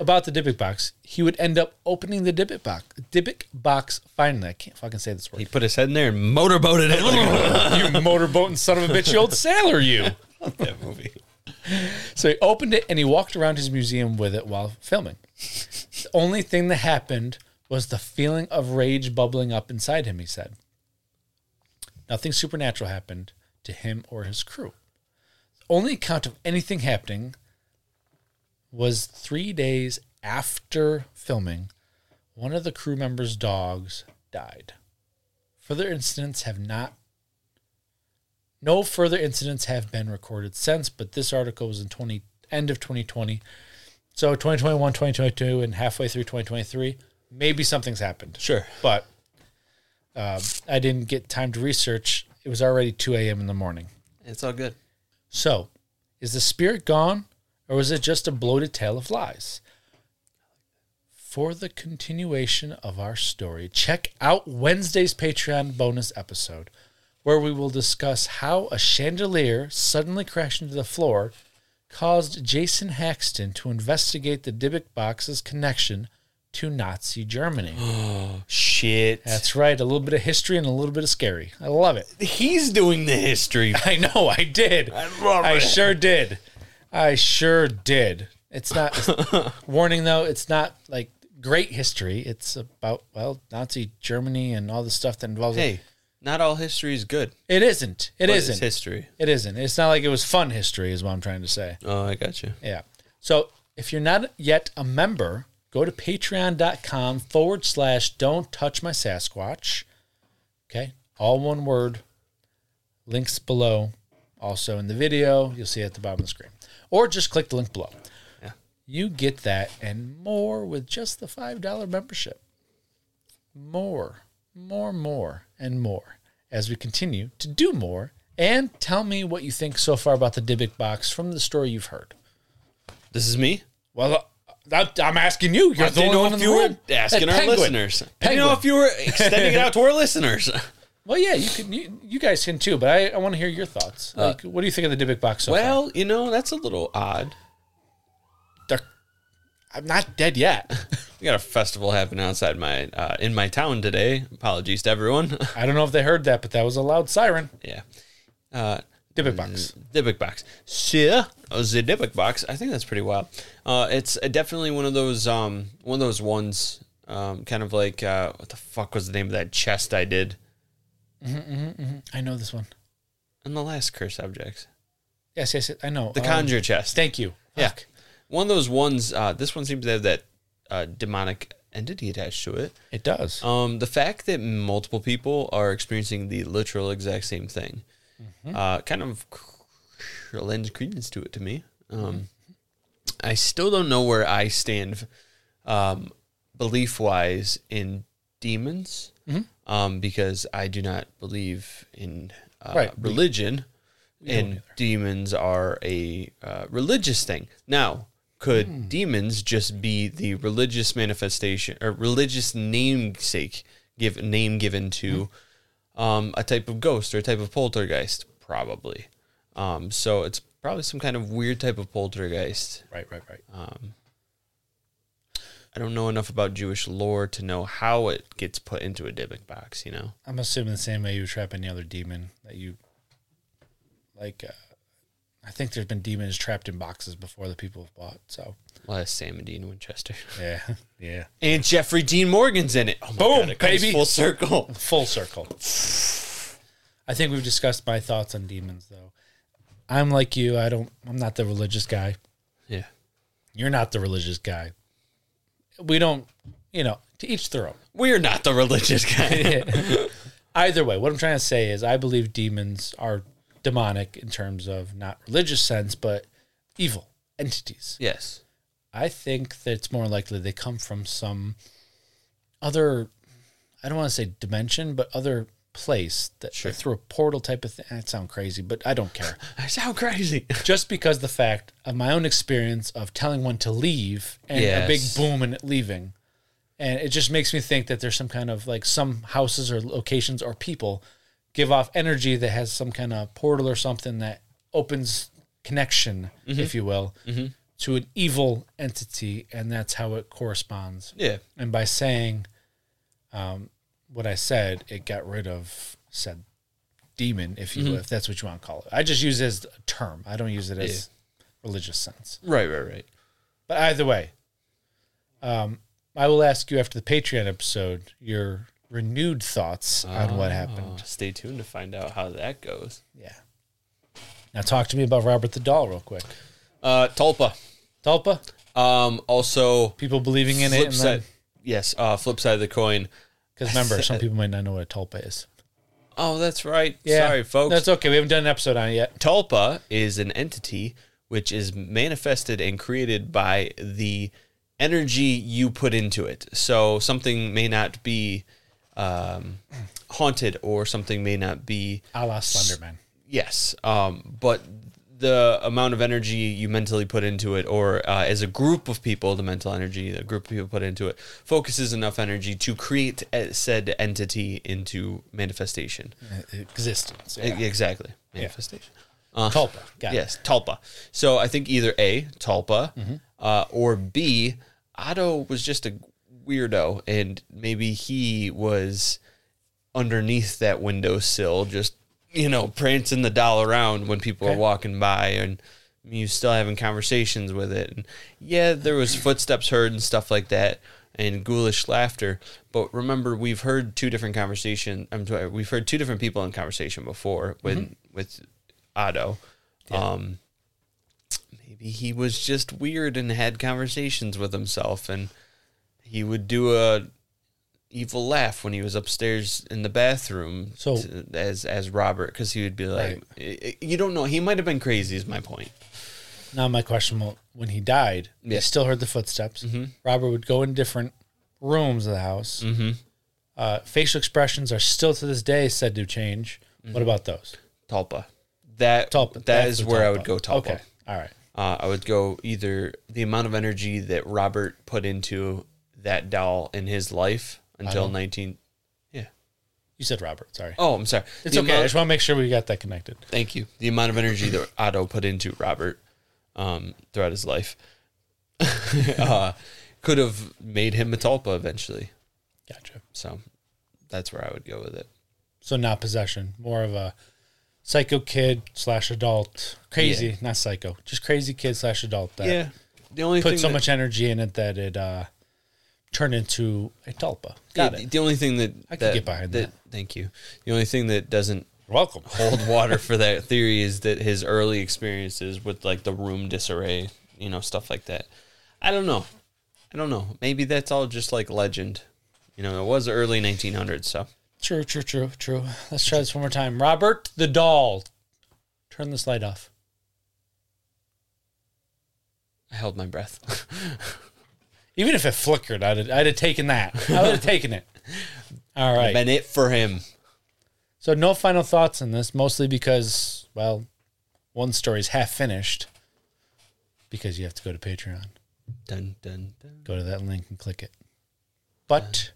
Speaker 2: about the Dybbuk box, he would end up opening the Dybbuk box. Dybbuk box finally. I can't fucking say this word.
Speaker 1: He put his head in there and motorboated it like
Speaker 2: you motorboating son of a bitch, you old sailor, you.
Speaker 1: that movie.
Speaker 2: So he opened it and he walked around his museum with it while filming. The only thing that happened was the feeling of rage bubbling up inside him, he said. Nothing supernatural happened to him or his crew. The only account of anything happening was three days after filming, one of the crew members' dogs died. Further incidents have not. No further incidents have been recorded since, but this article was in 20 end of 2020. So 2021, 2022, and halfway through 2023, maybe something's happened.
Speaker 1: Sure.
Speaker 2: But um, I didn't get time to research. It was already 2 a.m. in the morning.
Speaker 1: It's all good.
Speaker 2: So, is the spirit gone, or was it just a bloated tale of lies? For the continuation of our story, check out Wednesday's Patreon bonus episode, where we will discuss how a chandelier suddenly crashed into the floor caused Jason Haxton to investigate the Dybbuk box's connection to Nazi Germany.
Speaker 1: Shit.
Speaker 2: That's right, a little bit of history and a little bit of scary. I love it.
Speaker 1: He's doing the history.
Speaker 2: I know I did. I
Speaker 1: love it.
Speaker 2: sure did. I sure did. It's not warning though. It's not like great history. It's about well Nazi Germany and all the stuff that involves
Speaker 1: Hey, not all history is good.
Speaker 2: it. It isn't. It
Speaker 1: but
Speaker 2: isn't.
Speaker 1: It's history.
Speaker 2: it isn't. It's not like it was fun history. Is what I'm trying to say.
Speaker 1: Oh, I got you.
Speaker 2: Yeah. So if you're not yet a member, go to patreon.com forward slash don't touch my Sasquatch. Okay. All one word. Links below. Also in the video, you'll see it at the bottom of the screen. Or just click the link below.
Speaker 1: Yeah.
Speaker 2: You get that and more with just the $5 membership. More, more, more, and more as we continue to do more. And tell me what you think so far about the Dybbuk box from the story you've heard.
Speaker 1: This is me.
Speaker 2: Well, uh, that, I'm asking you. You're
Speaker 1: I
Speaker 2: the
Speaker 1: didn't
Speaker 2: only
Speaker 1: know
Speaker 2: one
Speaker 1: if
Speaker 2: in
Speaker 1: you
Speaker 2: the
Speaker 1: were
Speaker 2: room.
Speaker 1: asking
Speaker 2: Hey,
Speaker 1: our
Speaker 2: Penguin.
Speaker 1: listeners. I didn't know
Speaker 2: Penguin.
Speaker 1: if you were extending it out to our listeners.
Speaker 2: Well, yeah, you can. You, you guys can too, but I, I want to hear your thoughts. Like, what do you think of the Dybbuk box so far?
Speaker 1: Well, you know, that's a little odd.
Speaker 2: They're- I'm not dead yet.
Speaker 1: We got a festival happening outside my uh, in my town today. Apologies to everyone.
Speaker 2: I don't know if they heard that, but that was a loud siren.
Speaker 1: yeah. Uh,
Speaker 2: Dybbuk box.
Speaker 1: Dybbuk box. Yeah, oh, the Dybbuk box. I think that's pretty wild. Uh, it's uh, definitely one of those um one of those ones. Um, kind of like uh, what the fuck was the name of that chest I did
Speaker 2: I know this one.
Speaker 1: in the last curse objects?
Speaker 2: Yes, yes, yes, I know.
Speaker 1: The
Speaker 2: Um,
Speaker 1: conjure chest.
Speaker 2: Thank you.
Speaker 1: Yeah.
Speaker 2: Fuck.
Speaker 1: One of those ones. Uh, this one seems to have that uh, demonic entity attached to it.
Speaker 2: Uh, it does.
Speaker 1: Um, the fact that multiple people are experiencing the literal exact same thing, uh, kind of cr- lends credence to it to me. Um, I still don't know where I stand, um, belief wise in demons,
Speaker 2: Mm-hmm.
Speaker 1: um, because I do not believe in uh,
Speaker 2: Right, we-
Speaker 1: religion, and demons are a uh, religious thing. Now, could
Speaker 2: Hmm.
Speaker 1: demons just be the religious manifestation or religious namesake give name given to
Speaker 2: Mm-hmm.
Speaker 1: um, a type of ghost or a type of poltergeist? Probably. Um, so it's probably some kind of weird type of poltergeist.
Speaker 2: right, right, Uh, right.
Speaker 1: I don't know enough about Jewish lore to know how it gets put into a Dybbuk box. You know,
Speaker 2: I'm assuming the same way you would trap any other demon that you like. Uh, I think there's been demons trapped in boxes before that people have bought. So
Speaker 1: last Sam and Dean Winchester
Speaker 2: yeah, yeah.
Speaker 1: and Jeffrey Dean Morgan's in it. Oh my
Speaker 2: Boom,
Speaker 1: God, it comes
Speaker 2: baby.
Speaker 1: full circle.
Speaker 2: full circle. I think we've discussed my thoughts on demons though. I'm like you, I don't I'm not the religious guy.
Speaker 1: Yeah.
Speaker 2: You're not the religious guy. We don't, you know, to each their own.
Speaker 1: We're not the religious guy.
Speaker 2: Either way, what I'm trying to say is I believe demons are demonic in terms of not religious sense, but evil entities.
Speaker 1: yes.
Speaker 2: I think that it's more likely they come from some other, I don't want to say dimension, but other place that
Speaker 1: Sure.
Speaker 2: through a portal type of thing. That sounds crazy, but I don't care.
Speaker 1: I sound crazy.
Speaker 2: Just because the fact of my own experience of telling one to leave and a big
Speaker 1: Yes.
Speaker 2: boom and it leaving. And it just makes me think that there's some kind of like some houses or locations or people give off energy that has some kind of portal or something that opens connection, if you will, to an evil entity. And that's how it corresponds
Speaker 1: Yeah.
Speaker 2: and by saying um, what I said, it got rid of said demon, if
Speaker 1: Mm-hmm.
Speaker 2: you will, if that's what you want to call it. I just use it as a term. I don't use it as religious sense.
Speaker 1: Right, right, right.
Speaker 2: But either way, um, I will ask you after the Patreon episode your renewed thoughts on
Speaker 1: Ah.
Speaker 2: what happened.
Speaker 1: Stay tuned to find out how that goes.
Speaker 2: Yeah. Now talk to me about Robert the Doll real quick.
Speaker 1: Uh, Tulpa.
Speaker 2: Tulpa,
Speaker 1: Um, also,
Speaker 2: people believing in it.
Speaker 1: flip
Speaker 2: and
Speaker 1: side. Yes, uh, flip side of the coin.
Speaker 2: Because remember, some people might not know what a tulpa is.
Speaker 1: Oh, that's right. Sorry, folks.
Speaker 2: That's okay. We haven't done an episode on it yet.
Speaker 1: Tulpa is an entity which is manifested and created by the energy you put into it. So something may not be um, haunted, or something may not be
Speaker 2: A la Slenderman.
Speaker 1: yes, um, but the amount of energy you mentally put into it, or uh, as a group of people, the mental energy the group of people put into it, focuses enough energy to create uh, said entity into manifestation.
Speaker 2: Existence.
Speaker 1: E- Exactly, manifestation.
Speaker 2: Tulpa. Got it. Mm-hmm.
Speaker 1: Yes, Talpa. So I think either A, Talpa, uh, or B, Otto was just a weirdo, and maybe he was underneath that windowsill, just you know, prancing the doll around when people
Speaker 2: Okay.
Speaker 1: are walking by, and you still having conversations with it. And yeah, there was footsteps heard and stuff like that. And ghoulish laughter, but remember we've heard two different conversation. I'm sorry, we've heard two different people in conversation before when
Speaker 2: Mm-hmm.
Speaker 1: with Otto. Um, maybe he was just weird and had conversations with himself, and he would do a evil laugh when he was upstairs in the bathroom.
Speaker 2: So-
Speaker 1: to- as as Robert, because he would be like, I- I- "You don't know." He might have been crazy. Is my point.
Speaker 2: Now my question: will, When he died, they
Speaker 1: Yeah.
Speaker 2: still heard the footsteps.
Speaker 1: Mm-hmm.
Speaker 2: Robert would go in different rooms of the house. Mm-hmm. Uh, facial expressions are still to this day said to change. What about those?
Speaker 1: Talpa. That
Speaker 2: Tulpa.
Speaker 1: Mm-hmm. that
Speaker 2: That's
Speaker 1: is
Speaker 2: the
Speaker 1: where I would
Speaker 2: tulpa.
Speaker 1: go. Talpa.
Speaker 2: Okay. All right.
Speaker 1: Uh, I would go either the amount of energy that Robert put into that doll in his life until 19. Yeah.
Speaker 2: You said Robert. Sorry.
Speaker 1: Oh, I'm sorry.
Speaker 2: it's
Speaker 1: The
Speaker 2: okay. I
Speaker 1: amount-
Speaker 2: just want to make sure we got that connected.
Speaker 1: Thank you. The amount of energy that Otto put into Robert um, throughout his life uh, could have made him a tulpa eventually.
Speaker 2: Gotcha.
Speaker 1: So that's where I would go with it.
Speaker 2: So not possession, more of a psycho kid slash adult, crazy, not psycho, just crazy kid slash adult that
Speaker 1: yeah. The only
Speaker 2: put
Speaker 1: thing
Speaker 2: so
Speaker 1: that,
Speaker 2: much energy in it that it uh, turned into a tulpa.
Speaker 1: yeah,
Speaker 2: Got it.
Speaker 1: The only thing that
Speaker 2: I could
Speaker 1: that,
Speaker 2: get behind
Speaker 1: Thank you. The only thing that doesn't
Speaker 2: You're welcome.
Speaker 1: hold water for that theory is that his early experiences with like the room disarray, you know, stuff like that. I don't know. I don't know. Maybe that's all just like legend. You know, it was early 1900s, so.
Speaker 2: True, true, true, true. Let's try this one more time. Robert the doll. Turn this light off.
Speaker 1: I held my breath.
Speaker 2: Even if it flickered, I'd have, I'd have taken that. I would have taken it. All right.
Speaker 1: Been it for him.
Speaker 2: So no final thoughts on this, mostly because, well, one story's half finished because you have to go to Patreon.
Speaker 1: Dun dun dun.
Speaker 2: Go to that link and click it. But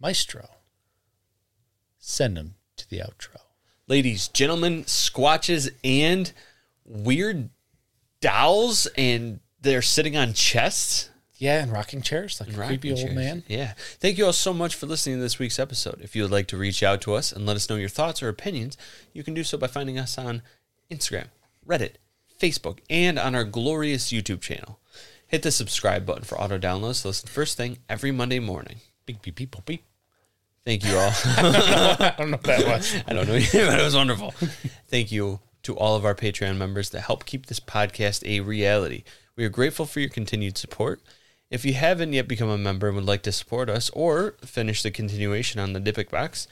Speaker 2: Maestro, send him to the outro.
Speaker 1: Ladies, gentlemen, squatches and weird dolls, and they're sitting on chests.
Speaker 2: Yeah, and rocking chairs like a
Speaker 1: Rocking
Speaker 2: creepy old
Speaker 1: chairs.
Speaker 2: man.
Speaker 1: Yeah. Thank you all so much for listening to this week's episode. If you would like to reach out to us and let us know your thoughts or opinions, you can do so by finding us on Instagram, Reddit, Facebook, and on our glorious YouTube channel. Hit the subscribe button for auto downloads to listen first thing every Monday morning.
Speaker 2: Big beep beep boop, beep.
Speaker 1: Thank you all.
Speaker 2: I don't know what that was.
Speaker 1: I don't know, but it was wonderful. Thank you to all of our Patreon members that help keep this podcast a reality. We are grateful for your continued support. If you haven't yet become a member and would like to support us or finish the continuation on the Dippic box,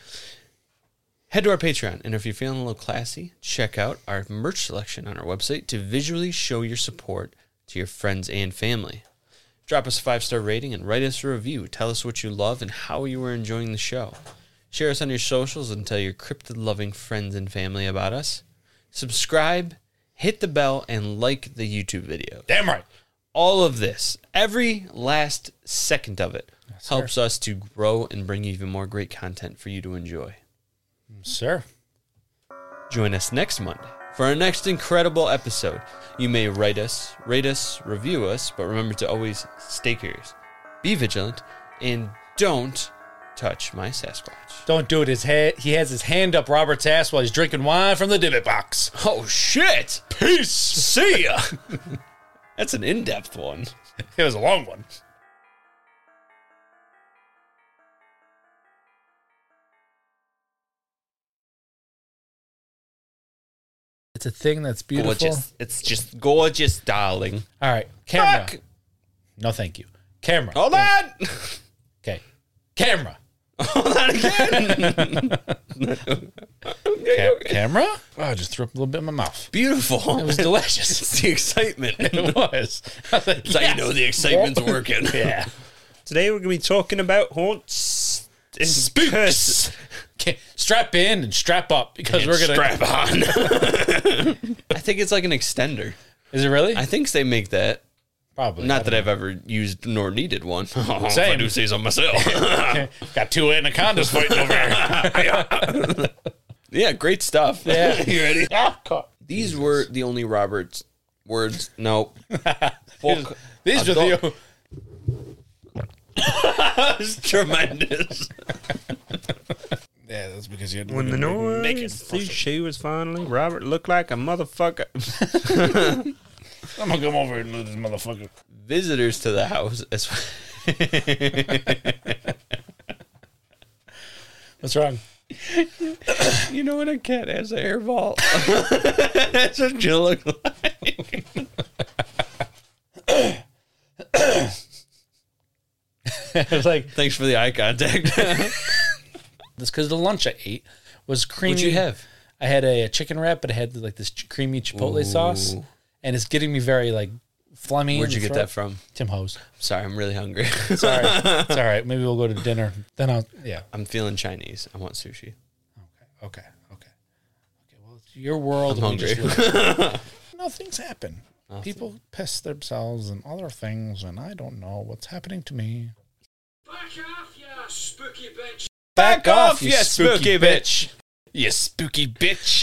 Speaker 1: head to our Patreon. And if you're feeling a little classy, check out our merch selection on our website to visually show your support to your friends and family. Drop us a five star rating and write us a review. Tell us what you love and how you are enjoying the show. Share us on your socials and tell your cryptid loving friends and family about us. Subscribe, hit the bell, and like the YouTube video.
Speaker 2: Damn right.
Speaker 1: All of this, every last second of it, helps us to grow and bring you even more great content for you to enjoy.
Speaker 2: Sir.
Speaker 1: Join us next Monday for our next incredible episode. You may write us, rate us, review us, but remember to always stay curious, be vigilant, and don't touch my Sasquatch.
Speaker 2: Don't do it. His head, he has his hand up Robert's ass while he's drinking wine from the divot box.
Speaker 1: Oh shit! Peace! See ya! That's an in depth one.
Speaker 2: It was a long one. It's a thing that's beautiful.
Speaker 1: Gorgeous. It's just gorgeous, darling.
Speaker 2: All right, camera.
Speaker 1: Fuck.
Speaker 2: No, thank you. Camera.
Speaker 1: Hold on.
Speaker 2: Okay, camera.
Speaker 1: Hold on again.
Speaker 2: Ca- camera. Oh, I just threw up a little bit in my mouth.
Speaker 1: Beautiful.
Speaker 2: It was delicious.
Speaker 1: it's the excitement.
Speaker 2: it was. I was like,
Speaker 1: That's how
Speaker 2: yes.
Speaker 1: you know the excitement's working.
Speaker 2: Yeah.
Speaker 1: Today we're going to be talking about haunts and spooks.
Speaker 2: Okay, strap in and strap up because we're gonna.
Speaker 1: strap on. I think it's like an extender.
Speaker 2: Is it really?
Speaker 1: I think they make that.
Speaker 2: Probably.
Speaker 1: Not that I've ever used nor needed one. if I
Speaker 2: Same.
Speaker 1: do say so myself.
Speaker 2: Got two anacondas fighting over here.
Speaker 1: yeah, great stuff.
Speaker 2: Yeah.
Speaker 1: you ready?
Speaker 2: Ah, caught.
Speaker 1: These were the only Roberts words. Nope. Book.
Speaker 2: These are the.
Speaker 1: It's tremendous.
Speaker 2: Yeah, that's because you had
Speaker 4: When the noise see she was finally Robert looked like a motherfucker.
Speaker 2: I'm gonna come over and lose this motherfucker.
Speaker 1: Visitors to the house. As
Speaker 2: What's wrong?
Speaker 1: you know what a cat has a hairball. That's what you look like.
Speaker 2: it's like
Speaker 1: Thanks for the eye contact.
Speaker 2: that's because the lunch I ate was creamy.
Speaker 1: you have?
Speaker 2: I had a, chicken wrap, but it had like this ch- creamy chipotle sauce,
Speaker 1: Ooh.
Speaker 2: and it's getting me very like phlegmy.
Speaker 1: Where'd you
Speaker 2: in the
Speaker 1: get
Speaker 2: throat.
Speaker 1: that from?
Speaker 2: Tim Hose.
Speaker 1: Sorry, I'm really hungry.
Speaker 2: Sorry, it's all right. Maybe we'll go to dinner. Then I'll yeah.
Speaker 1: I'm feeling Chinese. I want sushi.
Speaker 2: Okay, okay, okay. Well, it's your world.
Speaker 1: I'm
Speaker 2: and we
Speaker 1: hungry.
Speaker 2: just live- no, things happen. People piss themselves and other things, and I don't know what's happening to me. Back off, you spooky bitch! Back off, you spooky bitch!
Speaker 1: You spooky bitch.